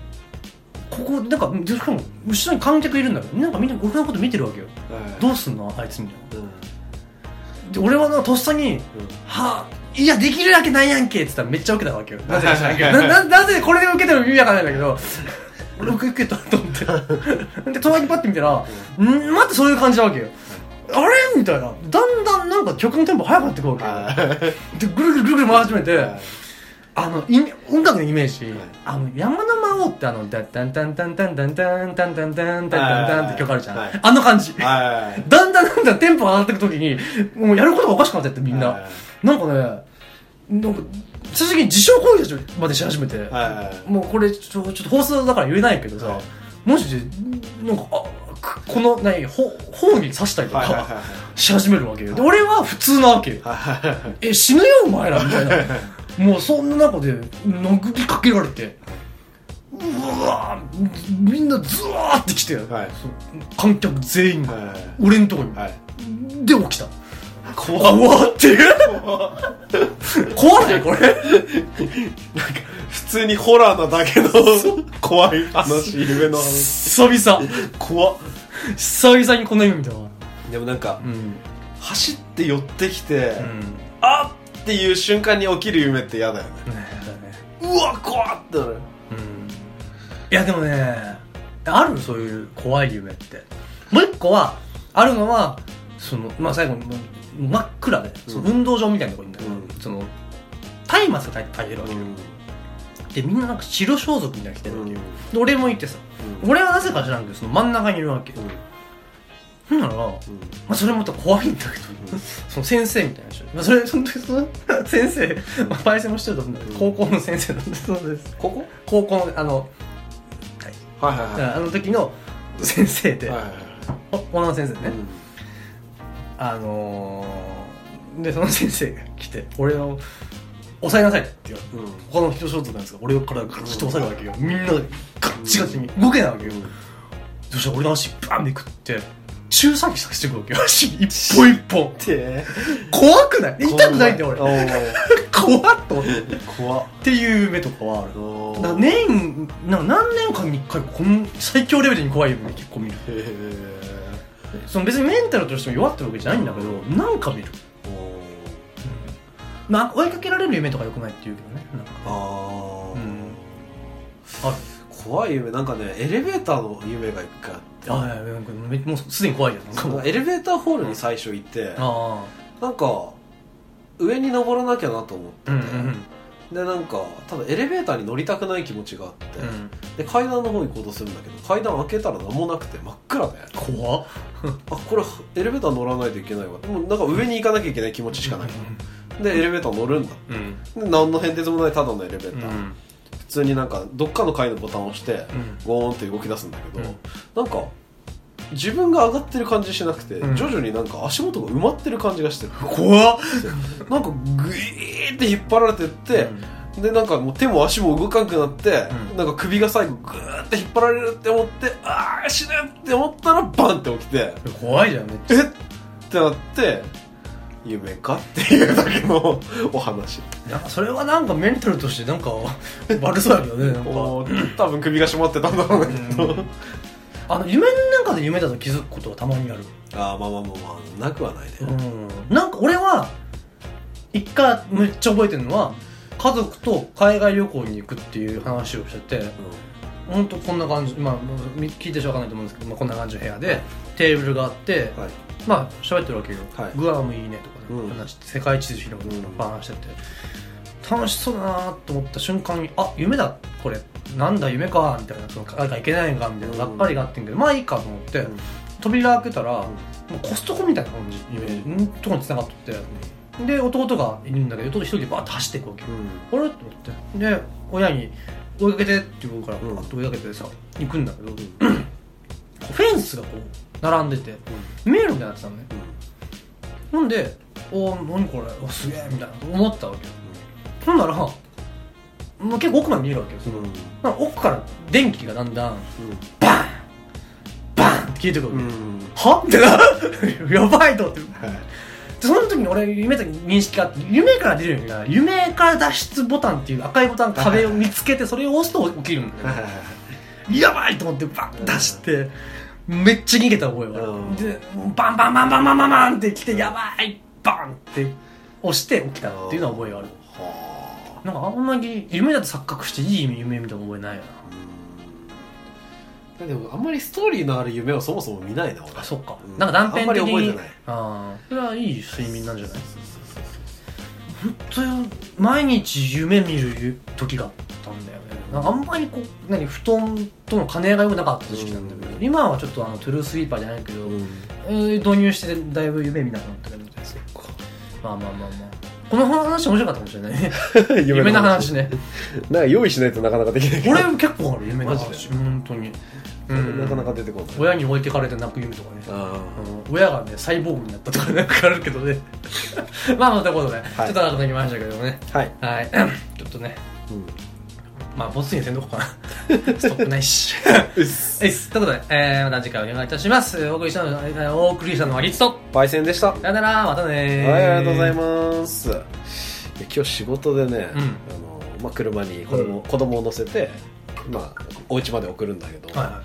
ここ、なんか、でしかも、後ろに観客いるんだけど、なんかみんな僕のこと見てるわけよ。
いはい
どうすんのあいつみたいな。
うん
で、俺はな、とっさに、はあ、いや、できる わけないやんけって言ったらめっちゃ受けたわけよ。なぜか知らんけど。な、な、なぜこれで受けてる意味わかんないんだけど、俺受けたと思って で隣にパッて見たら「ん待ってそういう感じなわけよあれ?」みたいなだんだんなんか曲のテンポ速くなってくわけよ
あー
でぐるぐるぐるぐる回り始めて、
はい
あのイメ音楽のイメージ、
はい
あの山の魔王ってあの「ダッタンタンタンタンタンタンタンタンタンタンタン」って曲あるじゃん、
はい
あの感じ、
はい
だんだんだんだんテンポが上がってくときにもうやることがおかしくなってってみんな、
は
なんかねなんか正直自傷行為たちまでし始めて、
いはい
もうこれちょちょっと放送だから言えないけどさ、
はい
もしなんかあくこの何ほ頬に刺したりと
はいはいはい
かし始めるわけよで俺は普通なわけよ
はいはい
え死ぬよお前らみたいなもうそんな中で殴りかけられてうわーみんなズワーって来て、
はい
そう観客全員が、
はい
俺んとこに、
はい
で起きた怖っうわーっていう怖ないこれ
普通にホラーなだけの怖い話夢の話
久々怖っ久々にこんな夢見たわ
でもなんか
うん
走って寄ってきて、
うん
あっっていう瞬間に起きる夢って嫌だよね
だね
うわ怖っってなる
うんいやでもねあるそういう怖い夢ってもう一個はあるのはその、まあ、最後に真っ暗で、その運動場みたいなとこにいるんだけど、
うん
その松明が炊いてるわけよ、でみんななんか白装束みたいなの着てるわけよ、で俺もいてさ俺はなぜか知らんけどその真ん中にいるわけよ、ほんなら、まあ、それもまた怖いんだけど、
うん
その先生みたいな人、まあ、それその時その先生、まあ、パイセンもしてると思うんだけど
う
高
ん
校の先生なんですそうです
ここ
高校のあの
はいはいは
あの時の先生
い
で、
はいはい
お女の先生ね、
うん
あのー、でその先生が来て俺を抑えなさいって言われて
うん
他の人ショートなんですが俺からガッチと押さえるわけよみんなでガッチガチに動けないわけよ、そしたら俺の足バンってくって中産期させてくるわけよ足一本一本
て
怖くない痛くないんだよ
お
俺
ー
怖っと思ってっ
怖って
いう夢とかはある
おー
だから年なんか何年間に1回こん最強レベルに怖い夢結構見る
へー
その別にメンタルとしても弱ってるわけじゃないんだけどなんか見る
おー
まあ追いかけられる夢とかよくないって言うけどねなんか
あー
うんある
怖い夢なんかねエレベーターの夢が一回あって
あいやいやなんかめもうすでに怖いよなんか
そ
もう
のエレベーターホールに最初いて
あ
なんか上に登らなきゃなと思って
あ
て、
うんうん
でなんかただエレベーターに乗りたくない気持ちがあって、
うん
で階段の方行こうとするんだけど階段開けたら何もなくて真っ暗で
怖っ
あこれエレベーター乗らないといけないわでもなんか上に行かなきゃいけない気持ちしかない、でエレベーター乗るんだ
うんうん
で何の変哲もないただのエレベー
う
ター、
ん
普通になんかどっかの階のボタンを押して
うん
ゴーンって動き出すんだけど、
うん
なんか自分が上がってる感じしなくて、
うん
徐々になんか足元が埋まってる感じがして
怖っ
なんかグイーって引っ張られてって、でなんかもう手も足も動かなくなって、
うん
なんか首が最後グーって引っ張られるって思ってああ死ぬって思ったらバンって起きて
うん怖いじゃんめっち
えっってなって夢かっていうだけのお話
ゃなんかそれはなんかメンタルとしてなんか悪そうやけどねなんか
こう多分首が絞まってたんだろうねきっと、
うあの夢の中で夢だと気づくことはたまにある
ああまあまあまあまあなくはないね、
うんなんか俺は一回めっちゃ覚えてるのは家族と海外旅行に行くっていう話をしてて本当こんな感じまあ聞いてしょうがないと思うんですけど、まあ、こんな感じの部屋でテーブルがあって
はい
まあ喋ってるわけよ、
はい
グアムいいねとかね、
うん
話して世界地図広げて
うん
話してて、楽しそうだなと思った瞬間にあ夢だこれなんだ夢かみたいなそのなんかいけないんかみたいながっかりがあってんけど、まあいいかと思って、
うん
扉開けたら、
ん
もうコストコみたいな感じ夢、
う
うん、とこに繋がっとってで弟がいるんだけど弟一人でバーッと走っていくわけよ、
う
あれと思ってで親に「追いかけて」って言うから
うん
バッと追いかけてさ行くんだけど、こうフェンスがこう並んでて迷路みたいになってたのねほんで「おお何これおすげえ」みたいな思ったわけよほんなら、まあ、結構奥まで見えるわけよその
ん
まあ奥から電気がだんだん
う
バンバンって消えてくるわけ、
ん
はってな やばいと思って
はい
でその時に俺夢と認識があって夢から出るよりな夢から脱出ボタンっていう赤いボタン壁を見つけてそれを押すと起きるんだよやばいと思ってバン出してめっちゃ逃げた覚えがある、
うん
でバンバンバンバンバンバンバンって来てやばいバンって押して起きたっていうのは覚えがある
は
なんかあんまり夢だと錯覚していい夢見た覚えないよな
あ
でもあんまりストーリーのある夢をそもそも見ないな俺
あそっか、
うん
なんか断片的に
あんまり覚えてない
あーそれはいい睡眠なんじゃない本当よ毎日夢見る時があったんだよねなんかあんまりこう何布団との兼ね合いが良くなかった時期なんだけど、
う
今はちょっとあのトゥルースリーパーじゃないけど、
うん
えー導入してだいぶ夢見なくなったけどまあまあまあまあこの話面白かったかもしれないね夢の話ね
なんか用意しないとなかなかできないけど
俺結構ある夢の
マジ
話本当にうん
なかなか出てこない
親に置いてかれて泣く夢とかね
あ
うん親がねサイボーグになったとかなんかあるけどね まあまあということで、
はい
ちょっと長くなりましたけどね
はい、
はいちょっとね
うん、
まあボツにせんとこかな ストップないし
うっす
はいということで、えーまた次回お願いいたしますお送りしたのえーお送りしたのはリツと
焙煎でした、
さよならまたね
はいありがとうござい
す
ますいや今日仕事でね、
うん
あのまあ、車に子供,、子供を乗せてまあ、お家まで送るんだけど、
はいは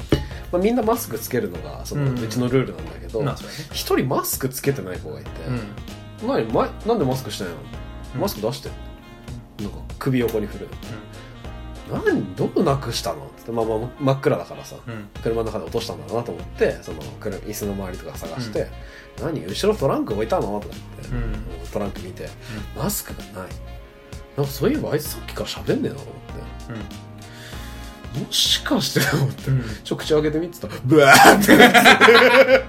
まあ、みんなマスクつけるのがその、
う
うんちのルールなんだけど
いまあ
一
そうだね
人マスクつけてない子がいて、
うん
何まなんでマスクしてないのマスク出してよなんか首横に振る、何どこなくしたのって言って、まあ、まあ真っ暗だからさ、
うん
車の中で落としたんだろうなと思ってその車椅子の周りとか探して「何後ろトランク置いたの?」とか言って、
うん
トランク見て、マスクがないなんかそういえばあいつさっきから喋んねえなと思ってもしかしてと思って、
うん
ちょ口開けてみてたらブワーってなって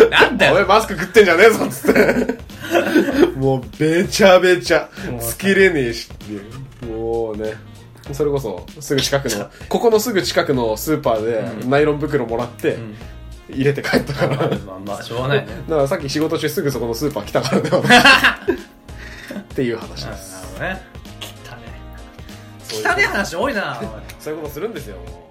うんなんだ
「おい
よ
マスク食ってんじゃねえぞ」っつって もうべちゃべちゃつけれねえしっていうもうねそれこそすぐ近くのここのすぐ近くのスーパー
う
で
ん
ナイロン袋もらって
うん
入れて帰ったから、
まあまあしょうがないね
だからさっき仕事中すぐそこのスーパー来たからね私 っていう話
な
で
る
す
ほどね汚ね汚ね話多いなおい
そういうことするんですよもう